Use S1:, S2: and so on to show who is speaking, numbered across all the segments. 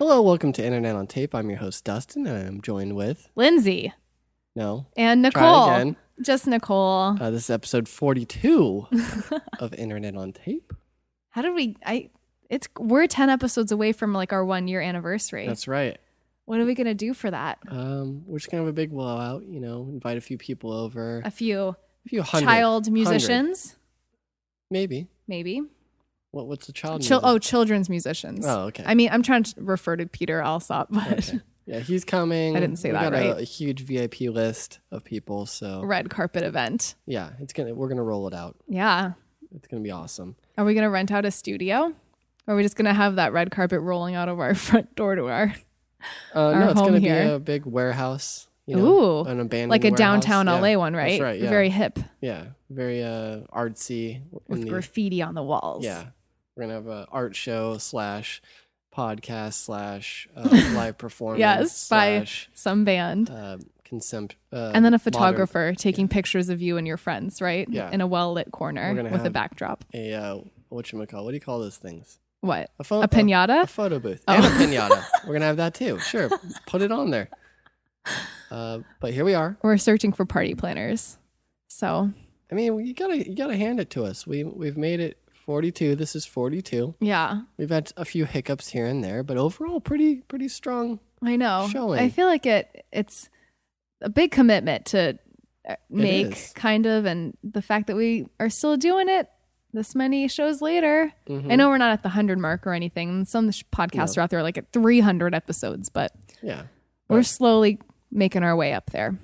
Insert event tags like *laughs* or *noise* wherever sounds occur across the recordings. S1: welcome to Internet on Tape. I'm your host, Dustin, and I'm joined with,
S2: Lindsay
S1: no,
S2: and
S1: try
S2: Nicole.
S1: again.
S2: Just Nicole.
S1: Uh, this is episode
S2: *laughs*
S1: 42 of Internet on Tape.
S2: How did we? I. It's we're ten episodes away from like our one year anniversary.
S1: That's right.
S2: what are we gonna do for that?
S1: Um, we're just going to have a big blowout, you know, invite a few people over.
S2: A few
S1: A few hundred.
S2: child
S1: hundred.
S2: musicians,
S1: Maybe.
S2: maybe.
S1: What, what's the child?
S2: Chil-
S1: music?
S2: oh, children's musicians.
S1: Oh, okay.
S2: I mean, I'm trying to refer to Peter Alsop, but *laughs*
S1: Okay. Yeah, he's coming.
S2: I didn't say
S1: we got
S2: that
S1: a-
S2: right.
S1: A, huge VIP list of people. So
S2: red carpet event.
S1: yeah, it's gonna we're gonna roll it out.
S2: Yeah.
S1: It's gonna be awesome.
S2: Are we gonna rent out a studio? Or are we just gonna have that red carpet rolling out of our *laughs* front door to our
S1: Uh,
S2: Our
S1: no, it's
S2: home
S1: gonna be
S2: here.
S1: a big warehouse. You know,
S2: Ooh,
S1: an abandoned
S2: like a
S1: warehouse.
S2: downtown
S1: Yeah,
S2: LA one, right?
S1: That's right. Yeah,
S2: Very hip
S1: yeah, very uh, artsy. in
S2: with
S1: the-
S2: graffiti on the walls.
S1: yeah, we're gonna have a art show slash podcast slash
S2: *laughs*
S1: uh, live performance.
S2: Yes, by-
S1: slash,
S2: Some band.
S1: uh, consent. Uh,
S2: and then a
S1: modern-
S2: photographer taking pictures of you and your friends, right?
S1: Yeah.
S2: In a well lit
S1: We're
S2: corner
S1: gonna
S2: with a
S1: have-
S2: backdrop.
S1: a uh, what you call? What do you call those things?
S2: What?
S1: A, phone,
S2: A pinata?
S1: a photo booth
S2: Oh.
S1: and
S2: *laughs*
S1: a pinata. We're gonna have that too. Sure, put it on there. Uh, but here we are.
S2: We're searching for party planners. So,
S1: I mean, you gotta you gotta hand it to us. We we've made it 42. This is 42.
S2: yeah,
S1: We've had a few hiccups here and there, but overall, pretty pretty strong.
S2: I know.
S1: Showing.
S2: I feel like it. it's a big commitment to uh,
S1: is.
S2: make, kind of. And the fact that we are still doing it this many shows later.
S1: Mhm.
S2: I know we're not at the 100 mark or anything. Some sh- podcasts are out there like at 300 episodes, but
S1: Yeah,
S2: we're
S1: Right.
S2: slowly making our way up there.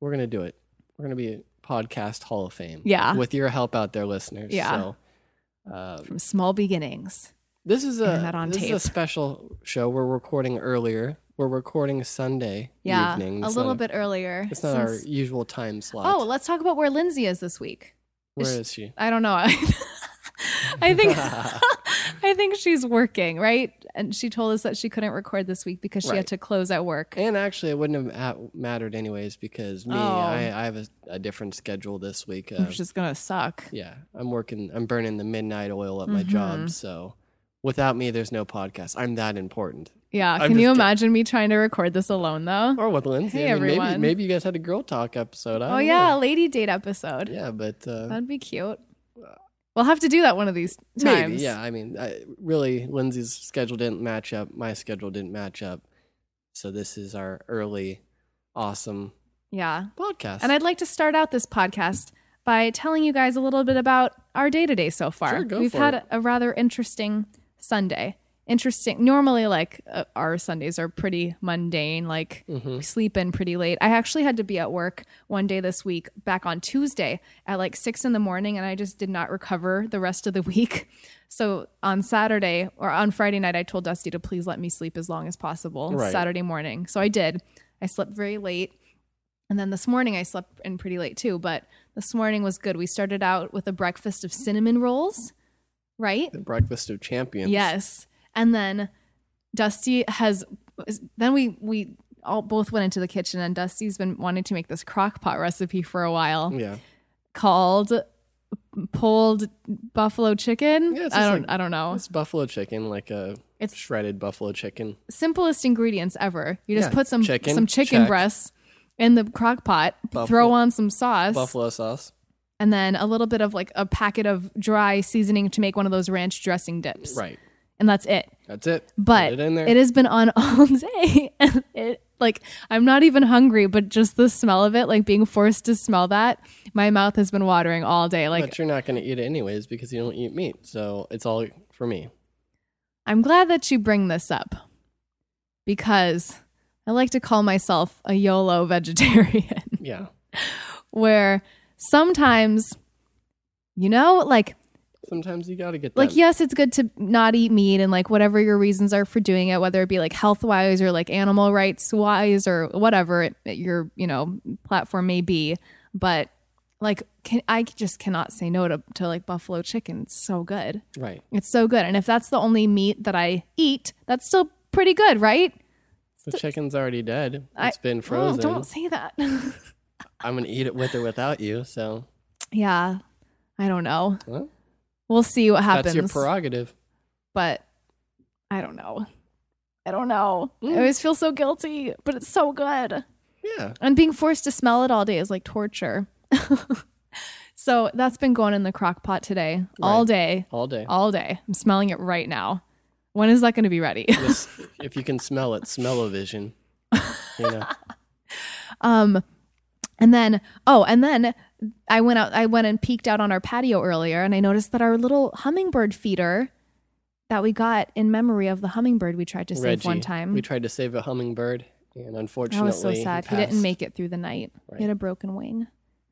S1: we're gonna do it. We're gonna be a podcast Hall of Fame.
S2: Yeah.
S1: with your help out there, listeners.
S2: Yeah.
S1: So, uh,
S2: From small beginnings.
S1: this is a
S2: Internet on
S1: this is a
S2: tape.
S1: special show. We're recording earlier. We're recording Sunday
S2: yeah,
S1: evening.
S2: a
S1: It's
S2: little
S1: not
S2: bit earlier.
S1: It's not our
S2: since-
S1: usual time slot.
S2: Oh, let's talk about where Lindsay is this week.
S1: where
S2: is-
S1: is she?
S2: I don't know. *laughs*
S1: *laughs*
S2: I think I think she's working, right? And she told us that she couldn't record this week because she
S1: Right.
S2: had to close at work.
S1: And actually, it wouldn't have at- mattered anyways because me,
S2: Oh.
S1: I, I have a, a different schedule this week. Uh,
S2: which is gonna suck.
S1: yeah, I'm working. I'm burning the midnight oil at my
S2: Mm-hmm.
S1: job. So without me, there's no podcast. I'm that important.
S2: Yeah.
S1: I'm
S2: Can you
S1: just-
S2: imagine me trying to record this alone though?
S1: Or with Lindsay.
S2: Hey,
S1: I mean, maybe
S2: everyone.
S1: maybe you guys had a girl talk episode. I
S2: oh
S1: don't
S2: yeah, a
S1: know.
S2: lady date episode.
S1: yeah, but uh,
S2: That'd be cute. We'll have to do that one of these times.
S1: maybe. Yeah, I mean, I, really, Lindsay's schedule didn't match up. My schedule didn't match up. So this is our early, awesome
S2: Yeah.
S1: podcast.
S2: And I'd like to start out this podcast by telling you guys a little bit about our day today so far.
S1: Sure, go
S2: We've
S1: for
S2: had
S1: it.
S2: a rather interesting Sunday. Interesting. Normally, like uh, our Sundays are pretty mundane. Like
S1: Mm-hmm.
S2: we sleep in pretty late. I actually had to be at work one day this week, back on Tuesday at like six in the morning, and I just did not recover the rest of the *laughs* week. So on Saturday or on Friday night, I told Dusty to please let me sleep as long as possible.
S1: Right.
S2: Saturday morning, so I did. I slept very late. And then this morning I slept in pretty late too, but this morning was good. We started out with a breakfast of cinnamon rolls, right?
S1: the breakfast of champions.
S2: Yes. And then Dusty has then we we all both went into the kitchen and Dusty's been wanting to make this crock pot recipe for a while
S1: Yeah.
S2: called pulled buffalo chicken.
S1: Yeah, it's
S2: I
S1: just
S2: don't
S1: like-
S2: I don't know.
S1: It's buffalo chicken, like a
S2: It's-
S1: shredded buffalo chicken.
S2: simplest ingredients ever. You just
S1: Yeah.
S2: put some
S1: Chicken,
S2: some chicken
S1: check.
S2: breasts in the crock pot,
S1: Buffalo-
S2: throw on some sauce.
S1: Buffalo sauce.
S2: and then a little bit of like a packet of dry seasoning to make one of those ranch dressing dips.
S1: Right.
S2: And that's it.
S1: That's it.
S2: But
S1: Put it in there.
S2: it has been on *laughs* all day. And it, like I'm not even hungry, but just the smell of it, like being forced to smell that, my mouth has been watering all day. Like
S1: but you're not going to eat it anyways because you don't eat meat. So it's all for
S2: *laughs*
S1: me.
S2: I'm glad that you bring this up because I like to call myself a YOLO vegetarian. *laughs*
S1: Yeah.
S2: where sometimes you know like
S1: Sometimes you got to get that.
S2: like yes it's good to not eat meat and like whatever your reasons are for doing it whether it be like health wise or like animal rights wise or whatever it, it- your you know platform may be but like can, i just cannot say no to, to like buffalo chicken it's so good
S1: Right.
S2: it's so good and if that's the only meat that i eat that's still pretty good right
S1: The chicken's already dead.
S2: I-
S1: It's been
S2: Oh,
S1: frozen.
S2: don't say that *laughs*
S1: I'm going to eat it with or without you. So
S2: yeah i don't know
S1: well,
S2: we'll see what happens
S1: that's your prerogative.
S2: but I don't know. I don't know. I always feel so guilty, but it's so good.
S1: Yeah.
S2: And being forced to smell it all day is like torture. *laughs* so that's been going in the crock pot today, all
S1: Right.
S2: day,
S1: All day.
S2: all day. I'm smelling it right now. When is that going to be ready?
S1: *laughs*
S2: *laughs*
S1: Just, if you can smell it, smell o vision. You know.
S2: Um, and then oh, and then I went out. I went and peeked out on our patio earlier, and I noticed that our little hummingbird feeder that we got in memory of the hummingbird we tried to save one time.
S1: We tried to save a hummingbird, and
S2: that
S1: unfortunately,
S2: was so sad. He, didn't
S1: passed.
S2: make it through the night.
S1: Right.
S2: He had a broken wing.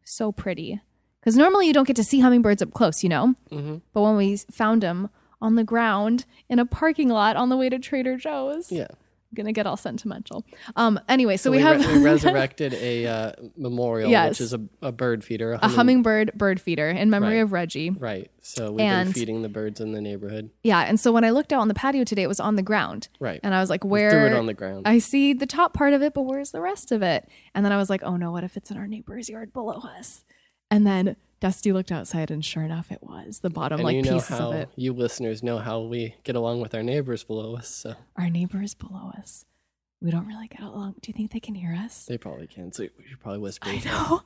S2: So pretty, because normally you don't get to see hummingbirds up close, you know.
S1: Mhm.
S2: But when we found him on the ground in a parking lot on the way to Trader Joe's,
S1: Yeah.
S2: I'm gonna get all sentimental. Um. Anyway, so,
S1: So
S2: we,
S1: we, re-
S2: have *laughs*
S1: we resurrected a uh, memorial,
S2: Yes.
S1: which is a, a bird feeder,
S2: a hummingbird bird feeder in memory
S1: Right.
S2: of Reggie.
S1: Right. So we've
S2: And-
S1: been feeding the birds in the neighborhood.
S2: Yeah, and so when I looked out on the patio today, it was on the ground,
S1: Right.
S2: and I was like,
S1: Threw
S2: "Where?"
S1: it on the ground.
S2: I see the top part of it, but where's the rest of it? And then I was like, "Oh no, what if it's in our neighbor's yard below us?" And then Dusty looked outside, and sure enough, it was the bottom
S1: and
S2: like
S1: you know
S2: pieces
S1: how
S2: of it.
S1: you listeners know how we get along with our neighbors below us, so
S2: Our neighbors below us. We don't really get along. Do you think they can hear us?
S1: they probably can. So we should probably whisper.
S2: *laughs* I know.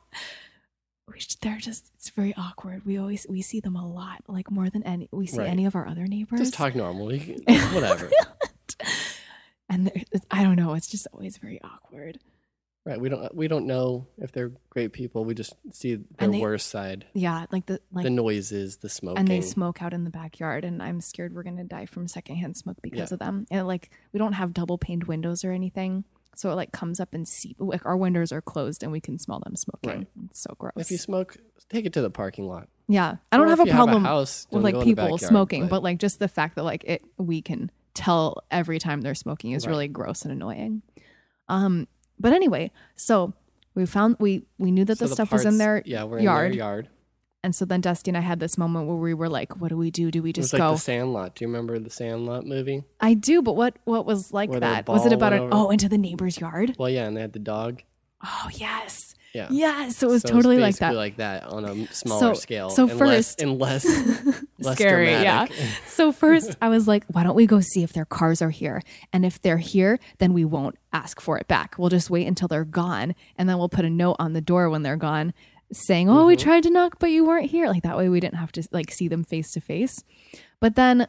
S2: We should, they're just. It's very awkward. We always we see them a lot, like more than any we see
S1: Right.
S2: any of our other neighbors.
S1: Just talk normal.
S2: *laughs*
S1: You can- whatever.
S2: and there, it's- I don't know. It's just always very awkward.
S1: right. We don't we don't know if they're great people. We just see their
S2: And they-
S1: worst side.
S2: Yeah, like the like,
S1: the noises, the smoking.
S2: and they smoke out in the backyard, and I'm scared we're gonna die from secondhand smoke because
S1: Yeah.
S2: of them. And like, we don't have double paned windows or anything, so it like comes up and see. Like our windows are closed, and we can smell them smoking.
S1: Right.
S2: It's so gross.
S1: if you smoke, take it to the parking lot.
S2: yeah, I don't
S1: Or
S2: have
S1: if
S2: a
S1: you
S2: problem
S1: house,
S2: with
S1: don't
S2: like
S1: go in the
S2: people
S1: backyard,
S2: smoking, but like just the fact that like it we can tell every time they're smoking is
S1: Right.
S2: really gross and annoying. Um, but anyway, so we found we we knew that
S1: So
S2: the
S1: the
S2: stuff was in
S1: parts-
S2: their
S1: yeah, we're
S2: yard.
S1: in their yard.
S2: And so then Dusty and I had this moment where we were like, "What do we do? Do we
S1: It was
S2: just
S1: like
S2: go?"
S1: the Sandlot. Do you remember the Sandlot movie?
S2: I do, but what what was like
S1: Where the
S2: that? Was it
S1: ball
S2: about
S1: went
S2: an
S1: over-
S2: oh into the neighbor's yard?
S1: Well, yeah, and they had the dog.
S2: Oh yes,
S1: Yeah.
S2: yes. So it
S1: So
S2: was totally like
S1: basically
S2: that.
S1: like that on a smaller
S2: So-
S1: scale.
S2: so
S1: and
S2: first-
S1: less, and
S2: *laughs*
S1: less, less
S2: Scary,
S1: dramatic.
S2: *laughs* yeah.
S1: *laughs*
S2: So first, I was like, "Why don't we go see if their cars are here? And if they're here, then we won't ask for it back. We'll just wait until they're gone, and then we'll put a note on the door when they're gone, saying, "Oh, we tried to knock, but you weren't here." Like that way, we didn't have to like see them face to face. But then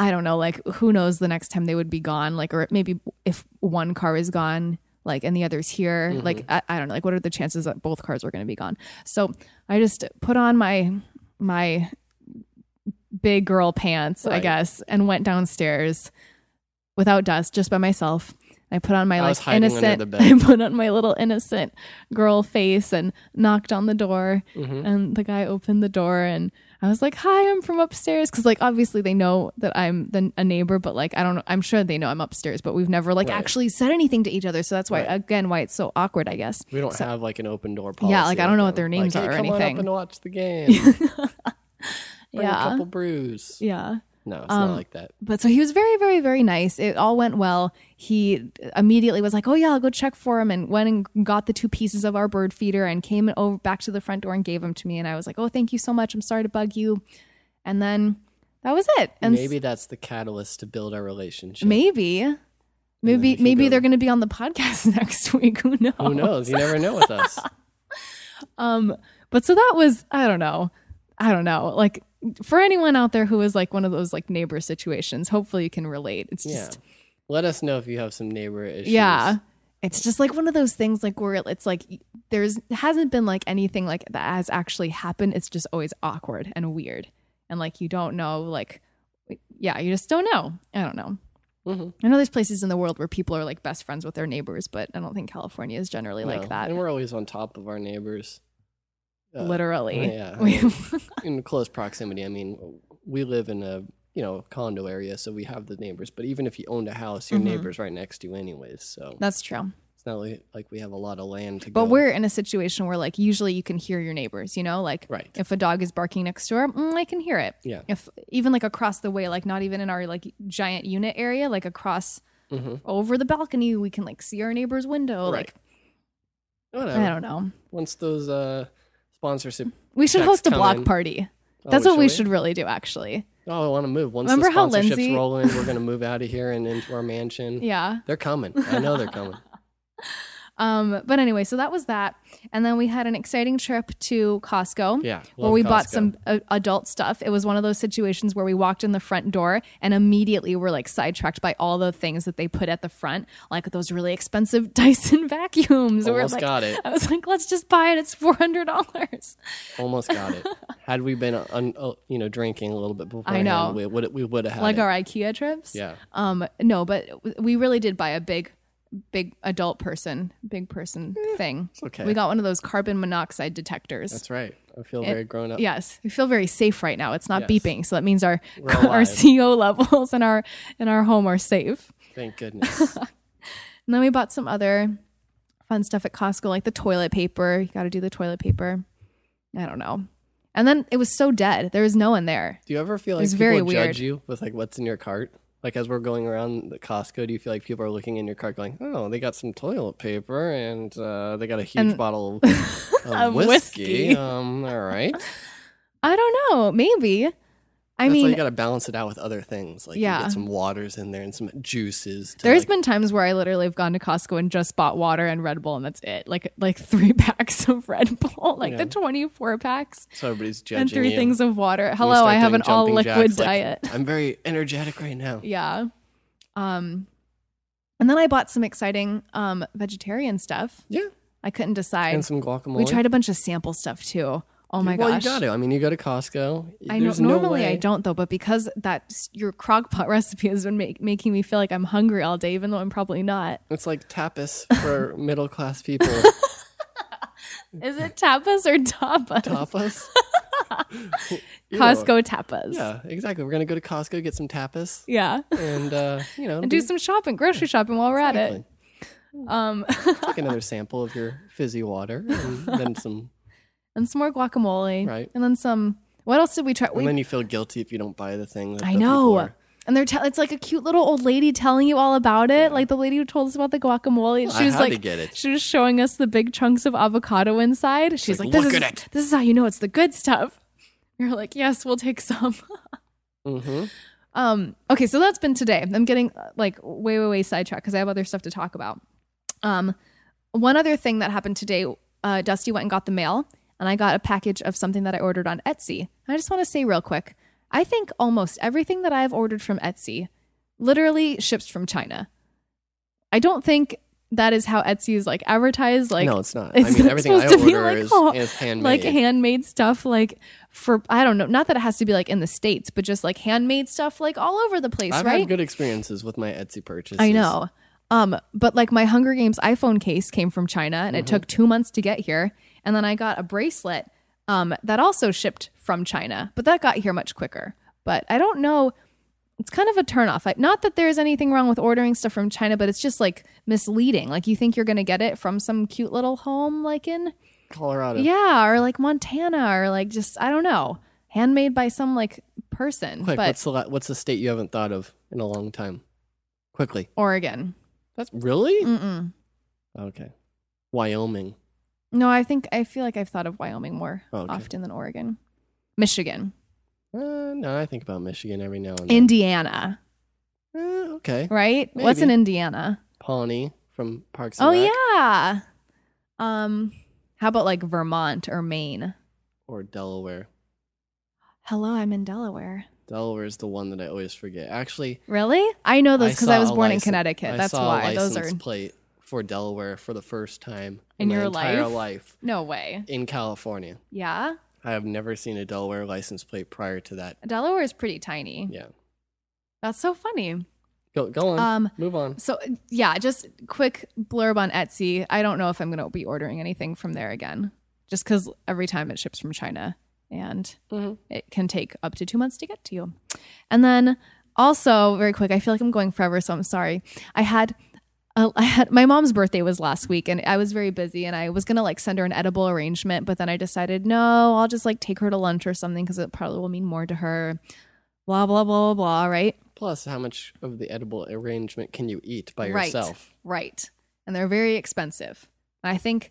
S2: I don't know, like who knows the next time they would be gone, like or maybe if one car is gone, like and the other's here, like I, I don't know, like what are the chances that both cars are going to be gone? So I just put on my my big girl pants, I
S1: Right.
S2: guess, and went downstairs without dust, just by myself. I put on my
S1: I was
S2: like
S1: hiding under
S2: innocent, *laughs*
S1: the bed.
S2: I put on my little innocent girl face and knocked on the door,
S1: Mhm.
S2: and the guy opened the door and I was like, "Hi, I'm from upstairs." Because like obviously they know that I'm the, a neighbor, but like I don't. know. I'm sure they know I'm upstairs, but we've never like
S1: Right.
S2: actually said anything to each other. So that's why
S1: Right.
S2: again why it's so awkward, I guess.
S1: We don't have like an open door policy.
S2: Yeah, like, I don't know what their
S1: that.
S2: names
S1: Like,
S2: are
S1: hey,
S2: or
S1: come on
S2: anything.
S1: up and watch
S2: *laughs*
S1: the game. Bring
S2: Yeah.
S1: a couple brews.
S2: Yeah.
S1: No, it's
S2: Um,
S1: not like that.
S2: But so he was very, very, very nice. It all went well. He immediately was like, "Oh yeah, I'll go check for him," and went and got the two pieces of our bird feeder and came over back to the front door and gave them to me. And I was like, "Oh, thank you so much. I'm sorry to bug you." And then that was it. And s-
S1: Maybe that's the catalyst to build our relationship.
S2: maybe,
S1: then we
S2: maybe,
S1: can
S2: maybe
S1: go-
S2: they're going to be on the podcast *laughs* next week. Who knows? *laughs*
S1: Who knows? You never know with us.
S2: Um, but so that was I don't know, I don't know. Like for anyone out there who is like one of those like neighbor situations, hopefully you can relate. It's
S1: yeah.
S2: just.
S1: Let us know if you have some neighbor issues.
S2: Yeah. It's just like one of those things like where it's like there's hasn't been like anything like that has actually happened. It's just always awkward and weird. And like you don't know like yeah, you just don't know. I don't know.
S1: Mhm.
S2: I know there's places in the world where people are like best friends with their neighbors, but I don't think California is generally
S1: No,
S2: like that.
S1: And we're always on top of our neighbors. uh,
S2: Literally.
S1: yeah, I
S2: *laughs* We-
S1: mean, in close proximity. I mean, we live in a you know condo area, so we have the neighbors. But even if you owned a house, your
S2: Mhm.
S1: neighbors right next to you, anyways. So
S2: that's true.
S1: it's not like, like we have a lot of land to
S2: But
S1: go.
S2: we're in a situation where like usually you can hear your neighbors, you know, like
S1: right.
S2: if a dog is barking next door mm, i can hear it
S1: Yeah.
S2: if even like across the way like not even in our like giant unit area like across
S1: hmm
S2: over the balcony we can like see our neighbor's window
S1: Right. Oh.
S2: like i
S1: Whatever.
S2: don't know
S1: Once those uh, sponsorship.
S2: we should
S1: Checks
S2: host a block
S1: coming.
S2: party
S1: oh,
S2: *laughs* that's what we
S1: shall
S2: should really do actually
S1: Oh, I want to move. Once
S2: Remember
S1: the
S2: how
S1: sponsorships
S2: Lindsay-
S1: roll in, we're going to move out of here and into our mansion.
S2: *laughs* Yeah.
S1: They're coming. I know they're
S2: *laughs*
S1: coming.
S2: Um, but anyway, so that was that. And then we had an exciting trip to Costco.
S1: Yeah.
S2: Where
S1: love
S2: we bought
S1: Costco.
S2: some uh, adult stuff. It was one of those situations where we walked in the front door and immediately were like sidetracked by all the things that they put at the front, like those really expensive *laughs* Dyson vacuums. We're
S1: Almost
S2: like-
S1: got
S2: *laughs*
S1: it.
S2: I was like, let's just buy it. It's four hundred dollars.
S1: Almost got it. Had we been, un, uh, you know, drinking a little bit before,
S2: know.
S1: we would we would have had
S2: Like
S1: it.
S2: our IKEA trips.
S1: yeah.
S2: Um, no, but w- we really did buy a big, big adult person, big person thing.
S1: Eh, okay.
S2: We got one of those carbon monoxide detectors.
S1: That's right. I feel very grown up.
S2: yes, we feel very safe right now. It's not
S1: Yes.
S2: beeping, so that means our
S1: We're
S2: *laughs* our
S1: alive.
S2: CO levels in our in our home are safe. *laughs*
S1: Thank goodness.
S2: And then we bought some other fun stuff at Costco, like the toilet paper. You got to do the toilet paper. I don't know. And then it was so dead. There was no one there.
S1: Do you ever feel like
S2: was
S1: people
S2: very weird.
S1: judge you with like what's in your cart? Like as we're going around the Costco, do you feel like people are looking in your cart going, "Oh, they got some toilet paper and uh, they got a huge
S2: *laughs*
S1: bottle of, of
S2: Of
S1: whiskey.
S2: whiskey.
S1: Um, all right.
S2: *laughs* I don't know. Maybe. I
S1: That's why
S2: mean,
S1: you got to balance it out with other things. Like you
S2: Yeah.
S1: get some waters in there and some juices. To
S2: There's
S1: like,
S2: been times where I literally have gone to Costco and just bought water and Red Bull and that's it. Like like three *laughs* packs of Red Bull, like
S1: Yeah.
S2: the 24 packs
S1: so everybody's judging
S2: and three
S1: you.
S2: things of water.
S1: And you
S2: Hello,
S1: start
S2: I have
S1: doing
S2: an all
S1: jumping
S2: liquid
S1: jacks, like,
S2: diet.
S1: I'm very energetic right now.
S2: yeah. Um and then I bought some exciting um vegetarian stuff.
S1: Yeah,
S2: I couldn't decide.
S1: and some guacamole.
S2: we tried a bunch of sample stuff too. Oh my
S1: well,
S2: gosh.
S1: you got to. I mean, you go to Costco.
S2: I know,
S1: There's no
S2: normally I
S1: way-
S2: don't though, but because that s- your crock pot *laughs* recipe has been make, making me feel like I'm hungry all day, even though I'm probably not.
S1: It's like tapas
S2: *laughs*
S1: for middle class people.
S2: Is it tapas or tapas?
S1: Tapas. *laughs* You know,
S2: *laughs* Costco tapas.
S1: Yeah, exactly. We're gonna go to Costco, get some tapas,
S2: Yeah. *laughs*
S1: and uh, you know,
S2: And do some shopping, grocery shopping while we're at it. Um, *laughs*
S1: Take another sample of your fizzy water, and then some.
S2: and some more guacamole.
S1: Right.
S2: And then some. What else did we try? *laughs* We,
S1: And then you feel guilty if you don't buy the thing. That
S2: I
S1: the people
S2: know.
S1: are-
S2: And they're tell it's like a cute little old lady telling you all about it, like the lady who told us about the guacamole.
S1: Well, I
S2: she was
S1: had to
S2: like,
S1: get it.
S2: she was showing us the big chunks of avocado inside. She's
S1: like,
S2: like, this
S1: "Look
S2: is
S1: at it."
S2: this is how you know it's the good stuff. You're like, yes, we'll take some.
S1: Mhm.
S2: Um, okay, so that's been today. I'm getting uh, like way, way, way sidetracked because I have other stuff to talk about. Um, one other thing that happened today, uh, Dusty went and got the mail, and I got a package of something that I ordered on Etsy. And I just want to say real quick, I think almost everything that I've ordered from Etsy literally ships from China. I don't think that is how Etsy is like advertised. Like,
S1: no, it's not. I
S2: it's
S1: mean,
S2: not
S1: everything I
S2: supposed to be
S1: order
S2: like,
S1: is,
S2: oh,
S1: is handmade.
S2: like handmade stuff like for i don't know not that it has to be like in the states but just like handmade stuff like all over the place
S1: I've
S2: right
S1: had good experiences with my Etsy purchases.
S2: i know um but like my hunger games iphone case came from china and it took two months to get here and then i got a bracelet um that also shipped from china but that got here much quicker but i don't know it's kind of a turnoff. Like, not that there's anything wrong with ordering stuff from China, but it's just like misleading. Like, you think you're going to get it from some cute little home, like in
S1: Colorado.
S2: yeah, or like Montana, or like just I don't know, handmade by some like person,
S1: Quick,
S2: but
S1: what's the la- what's the state you haven't thought of in a long time? Quickly.
S2: Oregon.
S1: That's really
S2: Mm-mm.
S1: okay. Wyoming.
S2: No, I think I feel like I've thought of Wyoming more
S1: Oh, okay.
S2: often than Oregon, Michigan,
S1: Uh, no, I think about Michigan every now and then.
S2: Indiana.
S1: Uh, okay.
S2: Right? What's in
S1: Maybe.
S2: Indiana?
S1: Pawnee from Parks. And
S2: Oh
S1: Rec,
S2: yeah. Um, how about like Vermont or Maine?
S1: Or Delaware.
S2: Hello, I'm in Delaware.
S1: Delaware is the one that I always forget. Actually,
S2: Really? I know Oh, those
S1: I
S2: because I,
S1: saw
S2: was
S1: a
S2: born
S1: license-
S2: in Connecticut.
S1: I
S2: That's
S1: saw
S2: why
S1: a
S2: those are
S1: license plate for Delaware for the first time
S2: In
S1: my
S2: your
S1: entire
S2: life?
S1: life
S2: no way.
S1: in California.
S2: Yeah,
S1: I have never seen a Delaware license plate prior to that.
S2: Delaware is pretty tiny.
S1: Yeah.
S2: That's so funny.
S1: Go go on.
S2: Um,
S1: Move on.
S2: So yeah, just quick blurb on Etsy. I don't know if I'm going to be ordering anything from there again, just because every time it ships from China and
S1: Mhm.
S2: it can take up to two months to get to you. And then also very quick, I feel like I'm going forever, so I'm sorry. I had. uh, I had my mom's birthday was last week and I was very busy and I was going to like send her an edible arrangement but then I decided no, I'll just like take her to lunch or something cuz it probably will mean more to her blah blah blah blah blah, right?
S1: Plus, how much of the edible arrangement can you eat by
S2: Right.
S1: yourself?
S2: Right. And they're very expensive. I think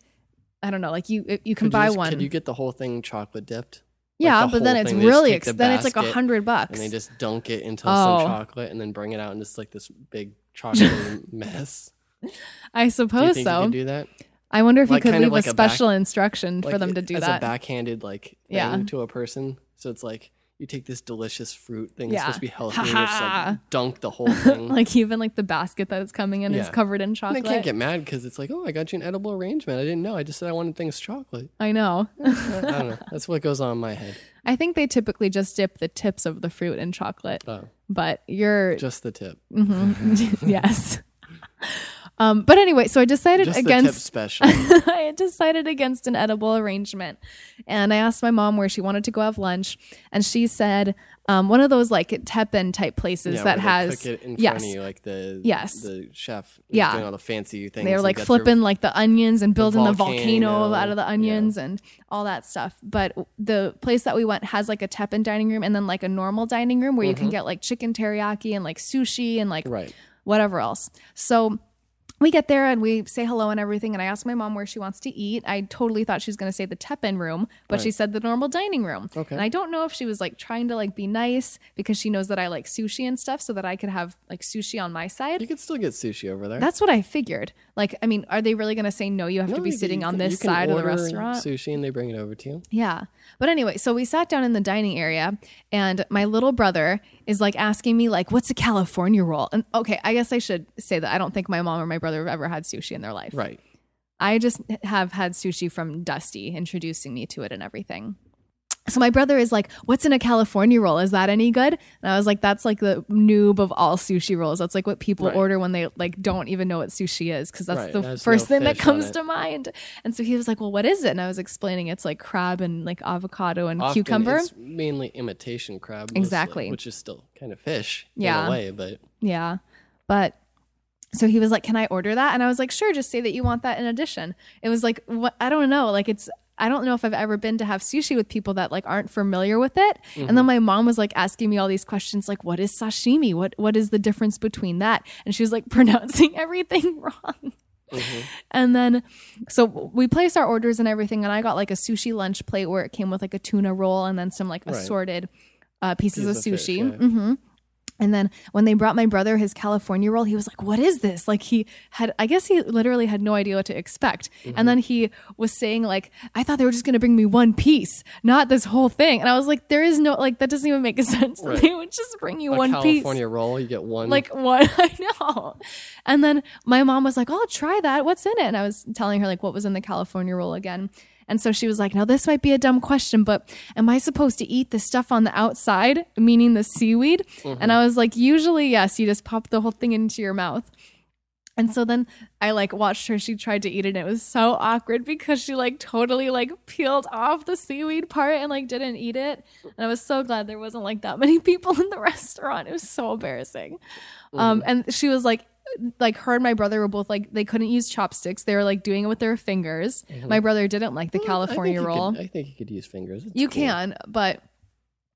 S2: I don't know, like you you
S1: Could
S2: can
S1: you
S2: buy
S1: just-
S2: one.
S1: Could you get the whole thing chocolate dipped?
S2: yeah,
S1: the
S2: but then
S1: whole
S2: it's
S1: thing. They just
S2: really
S1: take the
S2: expensive. Then it's like a
S1: basket
S2: hundred bucks.
S1: and they just dunk it into
S2: Oh.
S1: some chocolate and then bring it out and just like this big
S2: *laughs*
S1: chocolate mess.
S2: I
S1: Do you
S2: suppose
S1: think you
S2: so.
S1: could do that?
S2: I wonder if
S1: like,
S2: you could
S1: kind of
S2: leave
S1: like
S2: a
S1: a back-
S2: special instruction for
S1: Like,
S2: them to
S1: it-
S2: do
S1: as
S2: that.
S1: a backhanded like thing
S2: Yeah.
S1: to a person. So it's like you take this delicious fruit thing
S2: Yeah.
S1: that's supposed to be healthy
S2: Ha
S1: and you
S2: *laughs*
S1: just
S2: ha.
S1: like dunk the whole thing.
S2: *laughs* like even like the basket that it's coming in is
S1: Yeah.
S2: covered in
S1: and they
S2: chocolate.
S1: can't get mad because it's like, oh, I got you an edible arrangement. I didn't know. I just said I wanted things chocolate. *laughs*
S2: I know.
S1: I don't know. That's what goes on in my head.
S2: I think they typically just dip the tips of the fruit in chocolate,
S1: Oh,
S2: but you're
S1: just the
S2: *laughs*
S1: tip.
S2: Mhm. *laughs* yes. Um, but anyway, so I decided
S1: Just the tip
S2: against
S1: special.
S2: *laughs* I had decided against an edible arrangement. And I asked my mom where she wanted to go have lunch. And she said um, one of those like Teppan type places
S1: Yeah, where
S2: that
S1: they
S2: has.
S1: cook it in
S2: yes.
S1: front of you, like the
S2: Yes.
S1: the chef is
S2: Yeah.
S1: doing all the fancy things.
S2: They were
S1: and
S2: like
S1: got your-
S2: flipping like the onions and building the volcano,
S1: volcano,
S2: out of the
S1: yeah.
S2: onions and all that stuff. But the place that we went has like a Teppan dining room and then like a normal dining room where you can get like chicken teriyaki and like sushi and like
S1: Mm-hmm. right.
S2: whatever else. So we get there and we say hello and everything. And I ask my mom where she wants to eat. I totally thought she was going to say the Teppan room, but she said the normal dining room.
S1: Okay.
S2: And I don't know if she was like trying to like be nice because she knows that I like sushi and stuff, so that I could have like sushi on my side.
S1: You could still get sushi over there.
S2: That's what I figured. Like, I mean, are they really going to say no? You have to
S1: No,
S2: be
S1: you can-
S2: sitting
S1: you
S2: on
S1: can-
S2: this
S1: you can
S2: side of the
S1: order
S2: restaurant.
S1: Sushi, and they bring it over to you.
S2: Yeah. But anyway, so we sat down in the dining area and my little brother is like asking me like what's a California roll? And okay, I guess I should say that I don't think my mom or my brother have ever had sushi in their life.
S1: Right.
S2: I just have had sushi from Dusty introducing me to it and everything. So my brother is like, "What's in a California roll? Is that any good?" And I was like, "That's like the noob of all sushi rolls. That's like what people
S1: Right.
S2: order when they like don't even know what sushi is because that's
S1: Right,
S2: the
S1: there's
S2: first
S1: no
S2: thing that
S1: fish on
S2: comes
S1: it.
S2: to mind." And so he was like, "Well, what is it?" And I was explaining it's like crab and like avocado and
S1: Often
S2: cucumber.
S1: it's mainly imitation crab. mostly,
S2: Exactly.
S1: Which is still kind of fish in
S2: Yeah.
S1: a way, but
S2: Yeah. But so he was like, "Can I order that?" And I was like, "Sure, just say that you want that in addition." It was like, "What I don't know, like it's I don't know if I've ever been to have sushi with people that like aren't familiar with it."
S1: Mm-hmm.
S2: And then my mom was like asking me all these questions like, "What is sashimi? What what is the difference between that?" And she was like *laughs* pronouncing everything *laughs* wrong.
S1: Mm-hmm.
S2: And then, so we placed our orders and everything, and I got like a sushi lunch plate where it came with like a tuna roll and then some like
S1: Right.
S2: assorted uh, pieces
S1: Piece of
S2: of sushi.
S1: fish, yeah.
S2: hmm and then when they brought my brother his California roll, he was like, What is this? Like, he had, I guess he literally had no idea what to expect.
S1: Mm-hmm.
S2: And then he was saying, like, I thought they were just going to bring me one piece, not this whole thing. And I was like, There is no, like, that doesn't even make *laughs* sense. that
S1: Right.
S2: They would just bring you
S1: a
S2: one piece.
S1: California roll, you get one. Mm,
S2: Like, what? *laughs* I know. And then my mom was like, I'll try that. What's in it? And I was telling her, like, what was in the California roll again. And so she was like, Now, this might be a dumb question, but am I supposed to eat the stuff on the outside, meaning the seaweed? And I was like, Usually, yes, you just pop the whole thing into your mouth. And so then I like watched her. She tried to eat it, and it was so awkward because she like totally like peeled off the seaweed part and like didn't eat it. And I was so glad there wasn't like that many people in the *laughs* restaurant. It was so embarrassing. Um, and she was like, like her and my brother were both like they couldn't use chopsticks. They were like doing it with their fingers. My brother didn't like the
S1: Mm-hmm. I think
S2: California
S1: you
S2: roll.
S1: Could, I think you could use fingers. It's
S2: you
S1: cool.
S2: can, but I,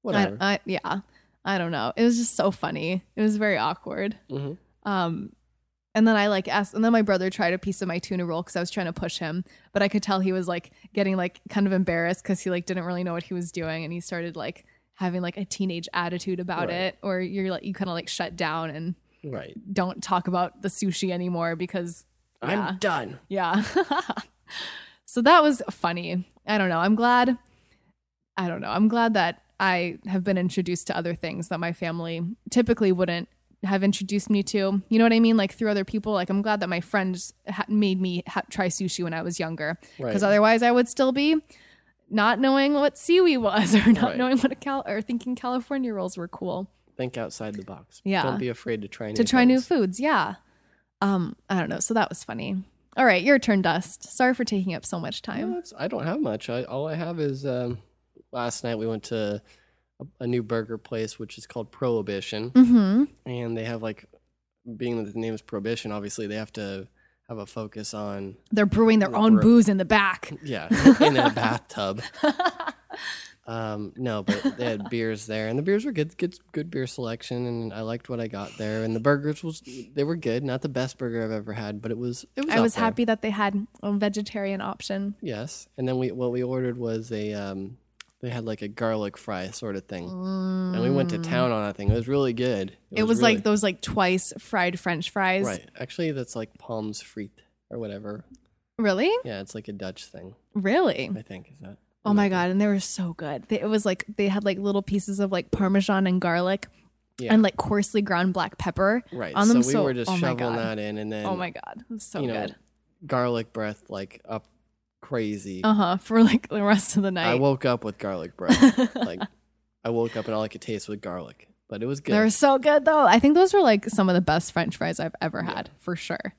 S1: Whatever.
S2: I, yeah, I don't know. It was just so funny. It was very awkward.
S1: Mhm.
S2: Um, and then I like asked, and then my brother tried a piece of my tuna roll because I was trying to push him, but I could tell he was like getting like kind of embarrassed because he like didn't really know what he was doing, and he started like having like a teenage attitude about
S1: Right.
S2: it, or you're like you kind of like shut down and
S1: Right.
S2: don't talk about the sushi anymore because Yeah.
S1: I'm done.
S2: yeah. *laughs* so that was funny. I don't know. I'm glad. I don't know. I'm glad that I have been introduced to other things that my family typically wouldn't have introduced me to. You know what I mean? Like through other people. Like I'm glad that my friends ha- made me ha- try sushi when I was younger, because
S1: Right.
S2: otherwise I would still be not knowing what seaweed was *laughs* or not
S1: Right.
S2: knowing what a cal or thinking California rolls were cool
S1: Think outside the box.
S2: Yeah.
S1: Don't be afraid to try new
S2: to try new
S1: things.
S2: foods. Yeah. Um, I don't know. So that was funny. All right, your turn, Dust. Sorry for taking up so much
S1: No,
S2: time.
S1: it's- I don't have much. I, all I have is um, last night we went to a, a new burger place, which is called Prohibition,
S2: Mm-hmm.
S1: and they have like, being that the name is Prohibition, obviously they have to have a focus on
S2: They're brewing their own
S1: Brew-
S2: booze in the back.
S1: yeah in
S2: *laughs*
S1: a bathtub. Um, no, but they had beers there, and the beers were good, good, good beer selection, and I liked what I got there. And the burgers was they were good, not the best burger I've ever had, but it was it was.
S2: I
S1: up
S2: was
S1: there.
S2: happy that they had a vegetarian option.
S1: Yes, and then we what we ordered was a um, They had like a garlic fry sort of thing, and we went to town on that thing. It was really good.
S2: Mm. It was
S1: really-
S2: like those like twice fried French fries.
S1: right. Actually, that's like palms frites or whatever.
S2: Really?
S1: Yeah, it's like a Dutch thing.
S2: Really?
S1: I think is that.
S2: Oh my god! And they were so good. They, it was like they had like little pieces of like Parmesan and garlic,
S1: Yeah.
S2: and like coarsely ground black pepper
S1: Right.
S2: on
S1: so
S2: them.
S1: we were just
S2: oh my
S1: shoveling
S2: god!
S1: that in, and then
S2: oh my god! It was so
S1: you know,
S2: good.
S1: garlic breath like up crazy.
S2: Uh huh. For like the rest of the night.
S1: I woke up with garlic
S2: *laughs*
S1: breath. like I woke up and all I could taste was garlic, but it was good.
S2: They're so good though. I think those were like some of the best French fries I've ever had for sure.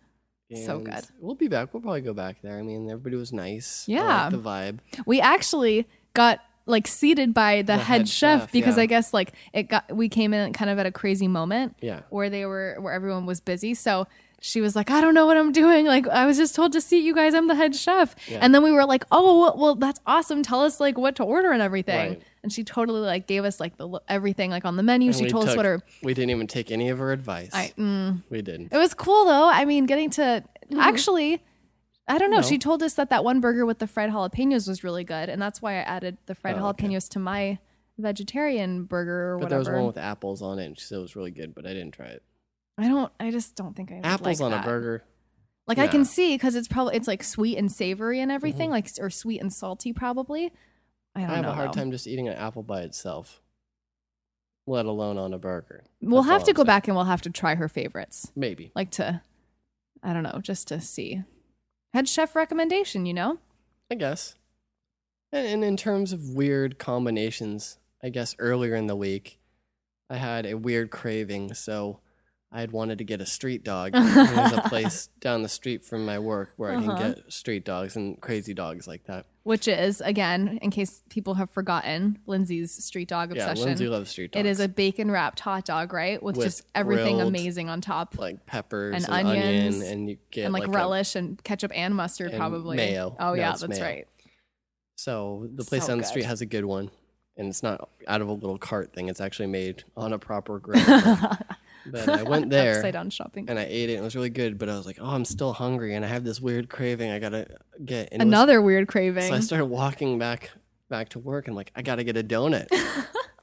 S2: so
S1: And
S2: good.
S1: We'll be back. We'll probably go back there. I mean, everybody was nice. I
S2: Yeah.
S1: liked the vibe.
S2: We actually got like seated by the, head,
S1: head
S2: chef,
S1: chef,
S2: because
S1: yeah.
S2: I guess like it got we came in kind of at a crazy moment
S1: Yeah.
S2: where they were where everyone was busy. So she was like, I don't know what I'm doing. Like I was just told to seat you guys. I'm the head chef. And then we were like, Oh, well, that's awesome. Tell us like what to order and everything.
S1: Right.
S2: And she totally like gave us like the lo- everything like on the menu.
S1: And
S2: she
S1: we
S2: told us
S1: took-
S2: what her
S1: We didn't even take any of her advice.
S2: I- mm.
S1: we didn't.
S2: It was cool though. I mean, getting to
S1: Mm-hmm.
S2: actually, I don't know. She told us that that one burger with the fried jalapenos was really good, and that's why I added the fried
S1: Oh, okay.
S2: jalapenos to my vegetarian burger or
S1: But there
S2: whatever.
S1: was one with apples on it, and she said it was really good, but I didn't try it.
S2: I don't. I just don't think I would
S1: Apples
S2: like
S1: on
S2: that.
S1: a burger.
S2: Like I
S1: Yeah. Mm-hmm.
S2: can see because it's probably it's like sweet and savory and everything, like or sweet and salty probably. I don't
S1: I, have
S2: know.
S1: a hard
S2: though.
S1: time just eating an apple by itself, let alone on a burger.
S2: We'll
S1: That's
S2: have
S1: all
S2: to
S1: I'm
S2: go
S1: saying.
S2: back and we'll have to try her favorites,
S1: Maybe.
S2: like to, I don't know, just to see. Head chef recommendation, you know.
S1: I guess. And, and in terms of weird combinations, I guess earlier in the week, I had a weird craving. So I had wanted to get a street
S2: *laughs*
S1: dog. And There's a place down the street from my work where I
S2: Uh-huh.
S1: can get street dogs and crazy dogs like that.
S2: which is again in case people have forgotten lindsay's street dog obsession
S1: Yeah, Lindsay loves street dogs.
S2: it is a bacon wrapped hot dog right with,
S1: With
S2: just everything
S1: grilled,
S2: amazing on top
S1: like peppers
S2: and
S1: and, onion,
S2: onions
S1: and you get
S2: and like,
S1: a-
S2: relish and ketchup and mustard
S1: and
S2: probably
S1: mayo.
S2: oh
S1: No,
S2: yeah
S1: it's
S2: that's
S1: mayo.
S2: right
S1: so the place
S2: So
S1: down the
S2: good.
S1: street has a good one, and it's not out of a little cart thing. It's actually made on a
S2: *laughs*
S1: proper grill. but I went there.
S2: upside down shopping
S1: and I ate it. and It was really good, but I was like, "Oh, I'm still hungry, and I have this weird craving. I gotta get and it was-
S2: another weird craving
S1: so I started walking back back to work, and like, I gotta get a
S2: *laughs*
S1: donut.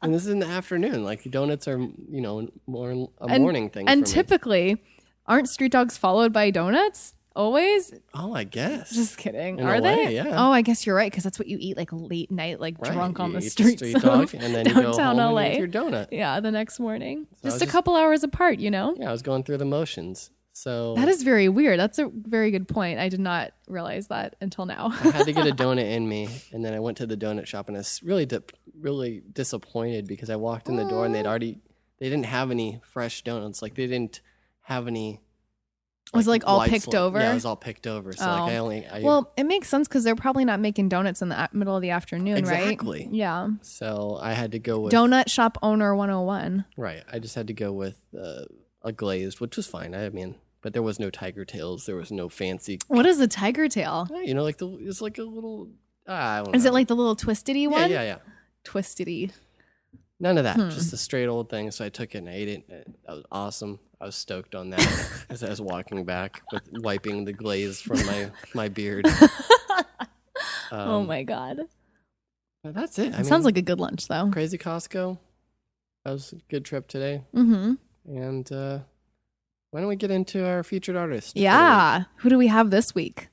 S1: and this is in the afternoon. Like donuts are, you know, more a
S2: And-
S1: morning thing.
S2: and
S1: for me.
S2: typically aren't street dogs followed by donuts always
S1: Oh, I guess.
S2: just kidding
S1: In a
S2: are they
S1: way, yeah.
S2: oh i guess you're right because that's what you eat like late night like
S1: Right,
S2: drunk on
S1: you
S2: the
S1: eat
S2: streets
S1: street
S2: of *laughs*
S1: dog, and then you go
S2: downtown
S1: home and eat
S2: LA.
S1: your donut.
S2: yeah the next morning
S1: I
S2: just
S1: was
S2: a
S1: just-
S2: couple hours apart you know
S1: Yeah, I was going through the motions. So
S2: that is very weird that's a very good point i did not realize that until
S1: *laughs*
S2: now
S1: I had to get a donut in me, and then I went to the donut shop, and I was really, dip, really disappointed because I walked in the door and they'd already they didn't have any fresh donuts. Like they didn't have any.
S2: Was it, like, all
S1: wipes
S2: picked
S1: left.
S2: over?
S1: Yeah, it was all picked over. So like I
S2: Oh.
S1: only I,
S2: well it makes sense because they're probably not making donuts in the a- middle of the afternoon
S1: Exactly.
S2: right yeah
S1: so I had to go with
S2: donut shop owner 101
S1: right. I just had to go with uh, a glazed, which was fine. I mean, but there was no tiger tails. There was no fancy.
S2: what is a tiger tail
S1: You know, like the it's like a little. Ah, I don't
S2: is
S1: know.
S2: it like the little twistedy
S1: yeah,
S2: one
S1: yeah, yeah.
S2: *laughs* twistedy
S1: None of that.
S2: Hmm.
S1: Just the straight old thing. So I took it and I ate it. and That was awesome. I was stoked on that
S2: *laughs*
S1: as I was walking back with wiping the glaze from my my
S2: *laughs*
S1: beard.
S2: oh
S1: Um,
S2: my god
S1: but That's it. I mean,
S2: sounds like a good lunch though
S1: crazy Costco. That was a good trip today.
S2: mm-hmm
S1: And uh, why don't we get into our featured artist? for the week?
S2: yeah who do we have this week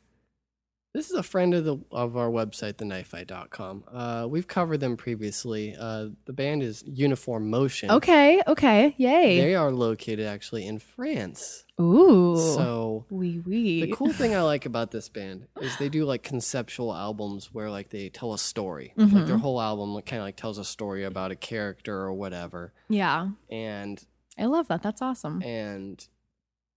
S1: This is a friend of the of our website, theknifefight.com. Uh, we've covered them previously. Uh, the band is Uniform Motion.
S2: okay okay yay
S1: They are located actually in France.
S2: ooh
S1: So
S2: wee wee
S1: The cool
S2: *laughs*
S1: thing I like about this band is they do like conceptual albums where like they tell a story. Like their
S2: Mhm.
S1: whole album kind of like tells a story about a character or whatever.
S2: yeah
S1: And
S2: i love that that's awesome
S1: and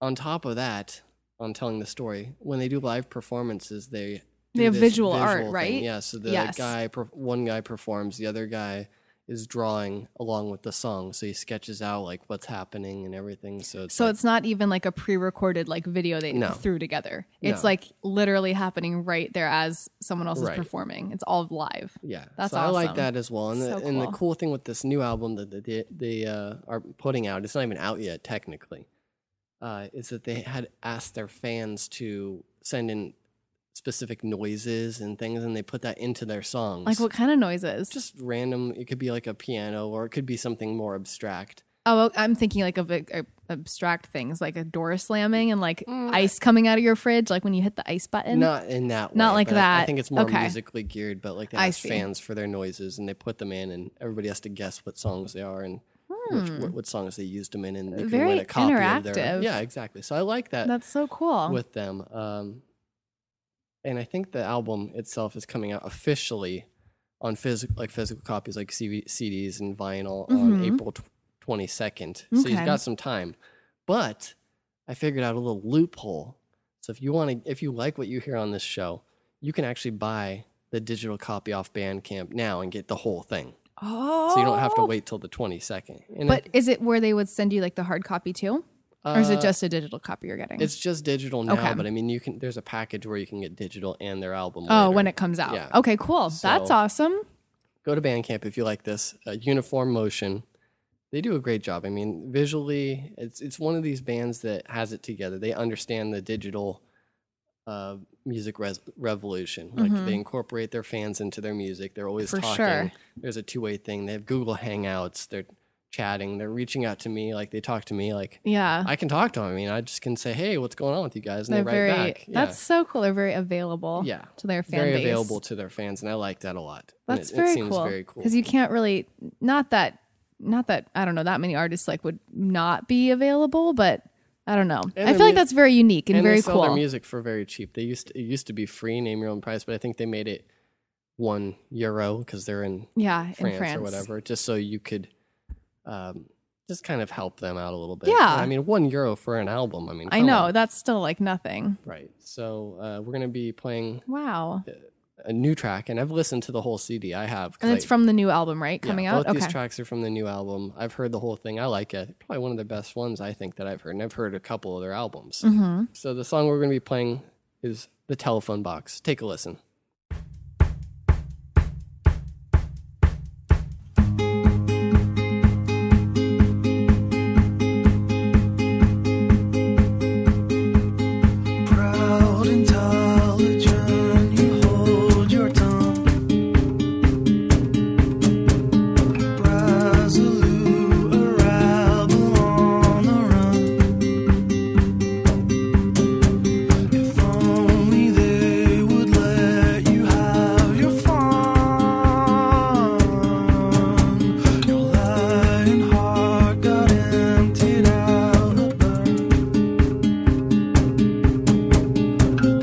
S1: on top of that, on telling the story, when they do live performances, they do
S2: They have
S1: this
S2: visual art,
S1: thing.
S2: right?
S1: Yeah. So the
S2: Yes.
S1: guy, per- one guy performs, the other guy is drawing along with the song. So he sketches out like what's happening and everything. So it's
S2: So
S1: like,
S2: it's not even like a pre-recorded like video they
S1: No.
S2: threw together. It's
S1: No.
S2: like literally happening right there as someone else
S1: Right.
S2: is performing. It's all live.
S1: Yeah,
S2: That's
S1: so I like
S2: awesome.
S1: that as well. And, the,
S2: So
S1: and the
S2: cool.
S1: cool thing with this new album that they- they, they uh, are putting out, it's not even out yet technically, uh, is that they had asked their fans to send in specific noises and things, and they put that into their songs.
S2: Like what kind of noises?
S1: Just random. It could be like a piano, or it could be something more abstract.
S2: Oh, well, I'm thinking like of uh, abstract things, like a door slamming and like
S1: Mm.
S2: ice coming out of your fridge, like when you hit the ice button.
S1: Not in that.
S2: Not
S1: way,
S2: like
S1: but I- I,
S2: that.
S1: think it's more
S2: Okay.
S1: musically geared, but like they
S2: I
S1: ask
S2: see.
S1: fans for their noises, and they put them in, and everybody has to guess what songs they are and which, what, what songs they used them in, and they can
S2: Hmm. Very
S1: win a copy of their.
S2: interactive.
S1: Yeah, exactly. So I like that
S2: That's so cool.
S1: with them. Um, and I think the album itself is coming out officially on physical, like physical copies, like CV- CDs and vinyl, on
S2: Mhm.
S1: April twenty second. So you've
S2: Okay.
S1: got some time. But I figured out a little loophole. So if you want to, if you like what you hear on this show, you can actually buy the digital copy off Bandcamp now and get the whole thing.
S2: oh.
S1: So you don't have to wait till the twenty second.
S2: But is it where they would send you like the hard copy too? Or is it just a digital copy you're getting?
S1: uh, It's just digital now,
S2: Okay.
S1: but I mean, you can. There's a package where you can get digital and their album.
S2: oh,
S1: later.
S2: when it comes out.
S1: Yeah.
S2: Okay, cool. That's
S1: So-
S2: awesome.
S1: go to Bandcamp if you like this. Uh, Uniform Motion, they do a great job. I mean, visually, it's it's one of these bands that has it together. They understand the digital uh, music res- revolution. Like
S2: Mhm.
S1: they incorporate their fans into their music. They're always
S2: For
S1: talking.
S2: sure.
S1: There's a two way thing. They have Google Hangouts. They're chatting. They're reaching out to me. Like they talk to me. Like
S2: Yeah.
S1: I can talk to them. I mean, I just can say, hey, what's going on with you guys? And
S2: They're
S1: they write
S2: very
S1: back. Yeah.
S2: that's so cool. They're very available
S1: yeah.
S2: to their fan
S1: Very
S2: base.
S1: available to their fans, and I like that a lot. And
S2: That's
S1: it,
S2: very,
S1: it seems
S2: cool.
S1: very cool.
S2: Because you can't really not that not that I don't know that many artists like would not be available, but I don't know.
S1: And
S2: I
S1: their
S2: feel like
S1: mu-
S2: that's very unique and,
S1: and
S2: very
S1: they sell
S2: cool.
S1: their music for very cheap. They used to, it used to be free, name your own price, but I think they made it one euro because they're in
S2: yeah,
S1: France,
S2: in France
S1: or whatever, just so you could um, just kind of help them out a little bit.
S2: Yeah.
S1: I mean, one euro for an album. I mean,
S2: I
S1: come
S2: know
S1: on.
S2: that's still like nothing.
S1: right? So uh, we're gonna be playing
S2: Wow,
S1: a new track, and I've listened to the whole CD. I have. 'cause
S2: and it's
S1: I-
S2: from the new album, right?
S1: yeah,
S2: Coming out.
S1: Both
S2: Okay.
S1: these tracks are from the new album. I've heard the whole thing. I like it. Probably one of the best ones I think that I've heard, and I've heard a couple of their albums.
S2: mm-hmm.
S1: So the song we're going to be playing is The Telephone Box. Take a listen.
S3: Proud, intelligent, you hold your tongue. Resolute, a rebel on the run. If only they would let you have your fun. Your lion heart got emptied out of burn.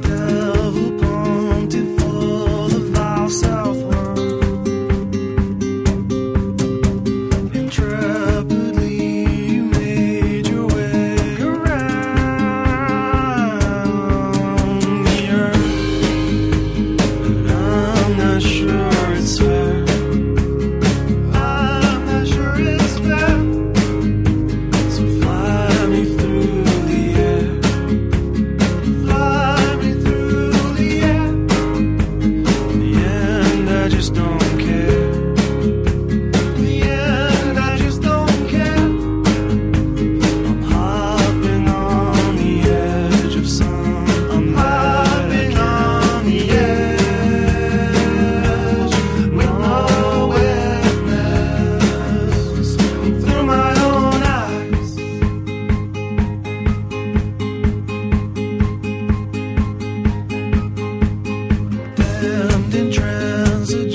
S3: Devil pointed full of our self-harm. Intrepidly you made your way around the earth, and I'm not sure it's fair. I'm not sure it's fair. So fly me through the air. Fly me through the air. In the end, I just don't care. In the end, I just don't care. I'm hopping on the edge of some. I'm hopping on the edge with no witness through my own eyes. damned intransigent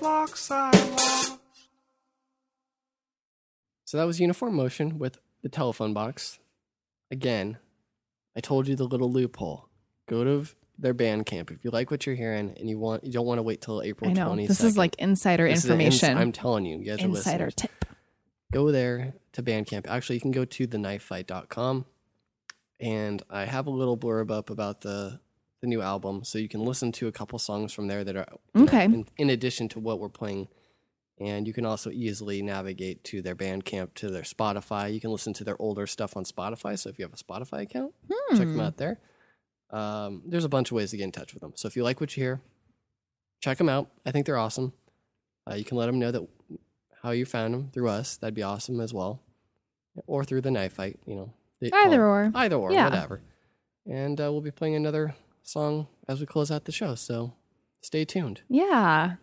S3: box I lost.
S1: So that was uniform motion with the telephone box. Again, I told you the little loophole. Go to v- their band camp if you like what you're hearing and you want you don't want to wait till April
S2: I know.
S1: 22nd.
S2: This is like insider
S1: This is the ins-
S2: information.
S1: I'm telling you, you guys are listening.
S2: insider tip.
S1: go there to Bandcamp. Actually, you can go to thenifefight.com and I have a little blurb up about the the new album so you can listen to a couple songs from there that are you know,
S2: Okay.
S1: in, in addition to what we're playing. And you can also easily navigate to their Bandcamp, to their Spotify. You can listen to their older stuff on Spotify. So if you have a Spotify account, check them
S2: Hmm.
S1: out there. Um, there's a bunch of ways to get in touch with them. So if you like what you hear, check them out. I think they're awesome. Uh, you can let them know that how you found them through us. That'd be awesome as well, or through the knife fight. You know, They-
S2: Either
S1: well,
S2: or.
S1: either or,
S2: Yeah.
S1: whatever. And uh, we'll be playing another song as we close out the show. So stay tuned.
S2: Yeah.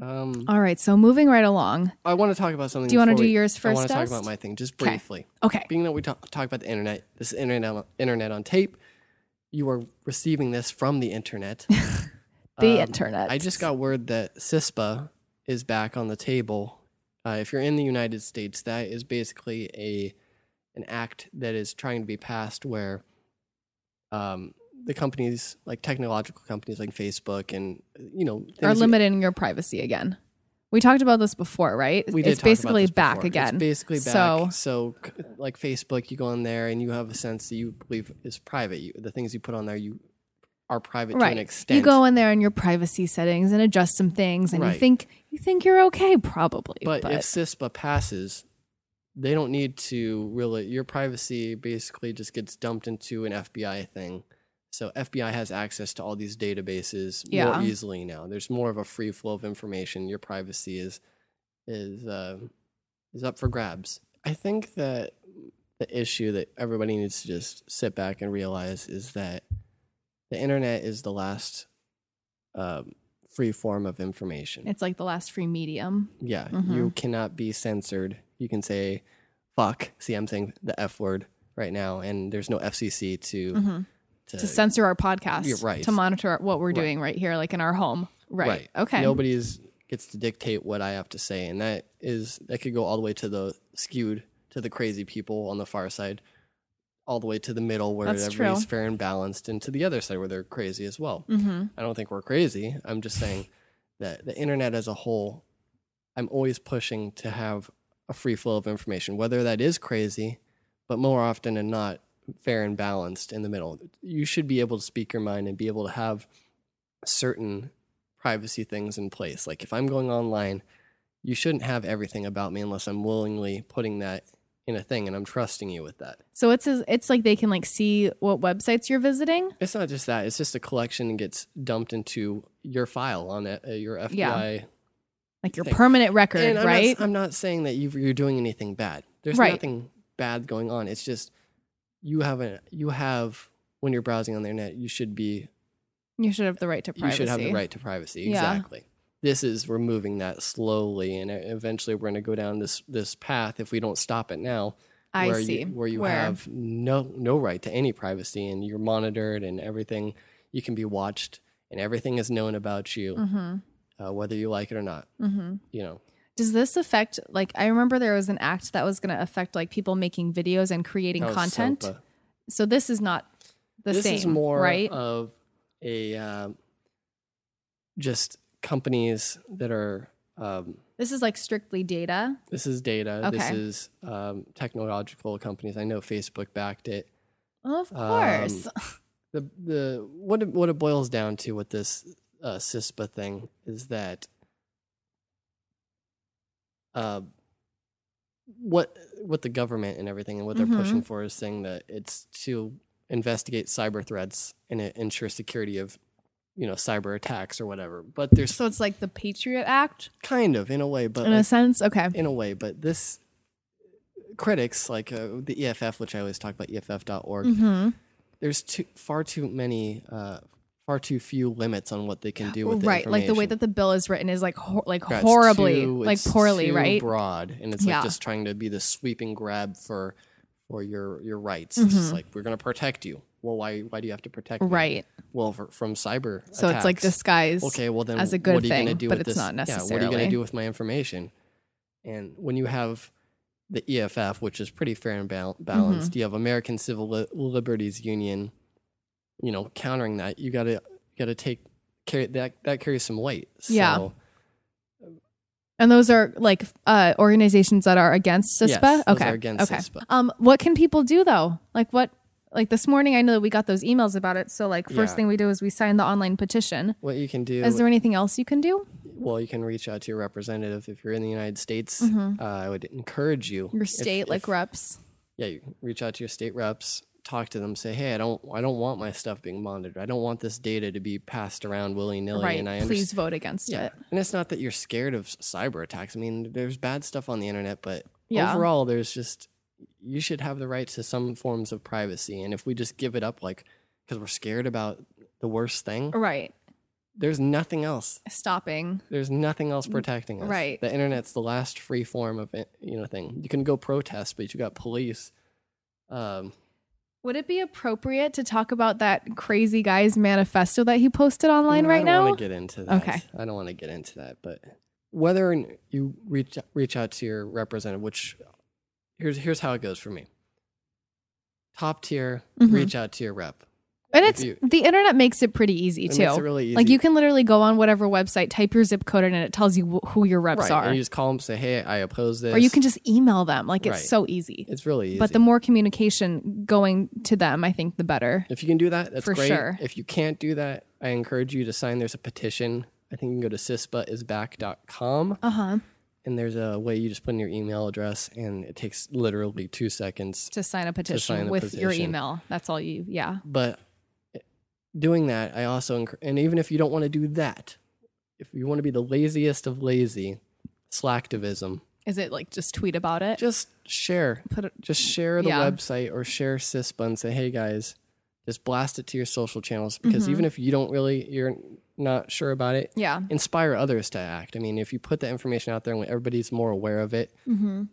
S1: Um,
S2: All right. So moving right along.
S1: I want to talk about something.
S2: Do you wanna
S1: before
S2: do
S1: we-
S2: yours
S1: I
S2: first,
S1: want to talk
S2: Dust?
S1: about my thing just
S2: 'Kay.
S1: briefly.
S2: Okay.
S1: Being that we talk, talk about the internet, this is internet on- internet on tape. You are receiving this from the internet.
S2: *laughs* The
S1: Um,
S2: internet.
S1: I just got word that CISPA is back on the table. Uh, if you're in the United States, that is basically a an act that is trying to be passed where um, the companies, like technological companies like Facebook and you know,
S2: are
S1: things-
S2: limiting your privacy again. We talked about this before, right?
S1: we did
S2: it's
S1: talk about
S2: basically
S1: this
S2: back
S1: before.
S2: again.
S1: It's basically back.
S2: So-
S1: So, c- like Facebook, you go on there and you have a sense that you believe is private. You, the things you put on there, you are private to an extent.
S2: You go in there in your privacy settings and adjust some things, and you
S1: Right.
S2: think you think you're okay, probably.
S1: But,
S2: But,
S1: if CISPA passes, they don't need to really. Your privacy basically just gets dumped into an FBI thing. So FBI has access to all these databases
S2: Yeah.
S1: more easily now. There's more of a free flow of information. Your privacy is is uh, is up for grabs. I think that the issue that everybody needs to just sit back and realize is that the internet is the last um, free form of information.
S2: it's like the last free medium.
S1: Yeah,
S2: Mhm.
S1: you cannot be censored. You can say fuck. See, I'm saying the F word right now, and there's no FCC to
S2: Mhm.
S1: to,
S2: to censor our podcast,
S1: You're right.
S2: to monitor what we're
S1: Right.
S2: doing right here, like in our home. Right. Okay.
S1: Nobody's gets to dictate what I have to say, and that is that could go all the way to the skewed to the crazy people on the far side, all the way to the middle where
S2: That's true.
S1: everybody's fair and balanced, and to the other side where they're crazy as well.
S2: hmm
S1: I don't think we're crazy. I'm just saying that the internet as a whole, I'm always pushing to have a free flow of information, whether that is crazy, but more often than not, fair and balanced in the middle. You should be able to speak your mind and be able to have certain privacy things in place. Like if I'm going online, you shouldn't have everything about me unless I'm willingly putting that in a thing and I'm trusting you with that.
S2: So it's as, it's like they can like see what websites you're visiting.
S1: It's not just that. It's just a collection and gets dumped into your file on a, your FBI
S2: like your
S1: thing.
S2: permanent record,
S1: And I'm
S2: right?
S1: Not, I'm not saying that you you're doing anything bad. There's
S2: Right.
S1: nothing bad going on. It's just you haven't. You have when you're browsing on the internet, you should be.
S2: you should have the right to privacy.
S1: You should have the right to privacy.
S2: Yeah.
S1: Exactly. This is removing that slowly, and e-, eventually we're going to go down this this path if we don't stop it now.
S2: I
S1: where
S2: see.
S1: You, where you have no no right to any privacy, and you're monitored, and everything you can be watched, and everything is known about you,
S2: Mm-hmm.
S1: uh, whether you like it or not.
S2: Mm-hmm.
S1: You know.
S2: Does this affect like I remember there was an act that was going to affect like people making videos and creating
S1: That was
S2: content.
S1: SOPA.
S2: So this is not the
S1: this
S2: same,
S1: is more uh,
S2: right?
S1: of a um, just companies that are um,
S2: this is like strictly data.
S1: this is data this
S2: Okay.
S1: is um, technological companies i know facebook backed it
S2: Of
S1: Um,
S2: course. *laughs*
S1: the the what it, what it boils down to with this uh, CISPA thing is that uh, what what the government and everything and what they're
S2: Mhm.
S1: pushing for is saying that it's to investigate cyber threats and it ensure security of you know cyber attacks or whatever. But there's
S2: so it's like the Patriot Act
S1: kind of in a way, but
S2: in a
S1: Uh, like,
S2: sense. Okay.
S1: in a way, but this critics like uh, the EFF, which I always talk about, E EFF.org
S2: Mm-hmm.
S1: there's too, far too many, uh, far too few limits on what they can do with the
S2: right. Like the way
S1: information.
S2: that the bill is written is like hor- like
S1: Yeah, it's
S2: horribly,
S1: too-
S2: like
S1: it's
S2: poorly,
S1: too
S2: right?
S1: Broad, and it's
S2: Yeah.
S1: like just trying to be the sweeping grab for for your your rights. It's just
S2: Mhm.
S1: like we're going to protect you. well, why why do you have to protect me?
S2: Right.
S1: Well, for, from cyber.
S2: So it's like
S1: attacks.
S2: disguised.
S1: Okay, well then,
S2: as a good
S1: what are you gonna
S2: thing,
S1: do
S2: but
S1: with this?
S2: it's not
S1: Yeah, what are you going
S2: necessarily.
S1: to do with my information? And when you have the EFF, which is pretty fair and bal- balanced,
S2: Mm-hmm.
S1: you have American Civil Li- Liberties Union, you know, countering that. You got to got to take carry that that carries some weight. So,
S2: Yeah. And those are like uh, organizations that are against CISPA.
S1: Yes, those are
S2: okay.
S1: against
S2: okay.
S1: CISPA.
S2: Um, what can people do though? Like what? Like this morning, I know that we got those emails about it. So like first
S1: Yeah.
S2: thing we do is we sign the online petition.
S1: What you can do
S2: Is there anything else you can do?
S1: well, you can reach out to your representative if you're in the United States. Uh, I would encourage you
S2: Mm-hmm. Your
S1: if-
S2: state,
S1: if-
S2: like reps.
S1: yeah, you reach out to your state reps, talk to them, say, hey, I don't, I don't want my stuff being monitored. I don't want this data to be passed around willy nilly.
S2: Right.
S1: And I
S2: Please
S1: understand.
S2: vote against
S1: Yeah.
S2: it.
S1: And it's not that you're scared of s- cyber attacks. I mean, there's bad stuff on the internet, but
S2: Yeah.
S1: overall, there's just you should have the right to some forms of privacy. And if we just give it up, like because we're scared about the worst thing,
S2: Right.
S1: there's nothing else.
S2: Stopping.
S1: There's nothing else protecting us.
S2: Right.
S1: The internet's the last free form of it, you know thing. You can go protest, but you got police. Um,
S2: Would it be appropriate to talk about that crazy guy's manifesto that he posted online
S1: Mm,
S2: right
S1: I don't
S2: now?
S1: want to get into that.
S2: Okay.
S1: I don't want to get into that, but whether or n- you reach reach out to your representative, which here's here's how it goes for me. Top tier,
S2: Mhm.
S1: reach out to your rep.
S2: and
S1: if
S2: it's
S1: you-
S2: the internet makes it pretty easy
S1: It
S2: too.
S1: makes it really easy.
S2: Like you can literally go on whatever website, type your zip code in, and it tells you wh- who your reps
S1: right,
S2: are.
S1: and you just call them, say, "Hey, I oppose this."
S2: or you can just email them. Like it's
S1: Right.
S2: so easy.
S1: It's really easy.
S2: But the more communication going to them, I think the better.
S1: if you can do that, that's
S2: For
S1: great.
S2: sure.
S1: If you can't do that, I encourage you to sign. There's a petition. I think you can go to cispaisback.com.
S2: Uh huh.
S1: and there's a way you just put in your email address, and it takes literally two seconds
S2: To sign a petition
S1: a
S2: with your
S1: petition.
S2: email. That's all you. Yeah.
S1: but doing that i also encour- and even if you don't want to do that if you want to be the laziest of lazy slacktivism
S2: Is it like just tweet about it?
S1: just share
S2: Put it.
S1: just share the
S2: Yeah.
S1: website or share CISPA and say hey guys just blast it to your social channels
S2: Mm-hmm.
S1: because even if you don't really you're not sure about it
S2: Yeah.
S1: inspire others to act i mean if you put the information out there and when everybody's more aware of it
S2: Mm-hmm.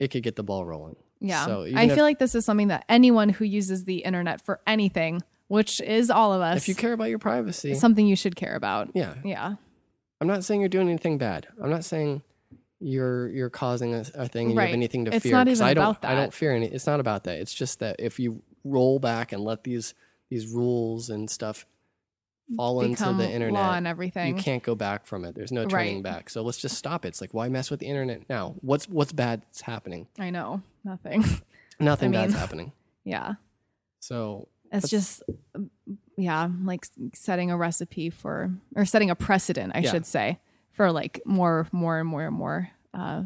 S1: it could get the ball rolling
S2: Yeah.
S1: so even
S2: I
S1: if-
S2: feel like this is something that anyone who uses the internet for anything, which is all of us,
S1: if you care about your privacy
S2: is something you should care about.
S1: yeah
S2: Yeah.
S1: I'm not saying you're doing anything bad. I'm not saying you're you're causing a, a thing and you
S2: Right.
S1: have anything to
S2: It's
S1: fear.
S2: not
S1: 'cause
S2: even
S1: I don't,
S2: about
S1: I don't
S2: that.
S1: fear any. It's not about that. It's just that if you roll back and let these these rules and stuff fall
S2: Become
S1: into the internet,
S2: law and everything.
S1: you can't go back from it. There's no turning
S2: Right.
S1: back. So let's just stop it. It's like why mess with the internet now? What's what's bad that's happening?
S2: I know nothing. *laughs*
S1: Nothing
S2: mean- *laughs*
S1: bad's happening.
S2: yeah.
S1: So
S2: It's
S1: That's-
S2: just, yeah, like s- setting a recipe for, or setting a precedent, I
S1: Yeah.
S2: should say, for like more, more and more and more uh,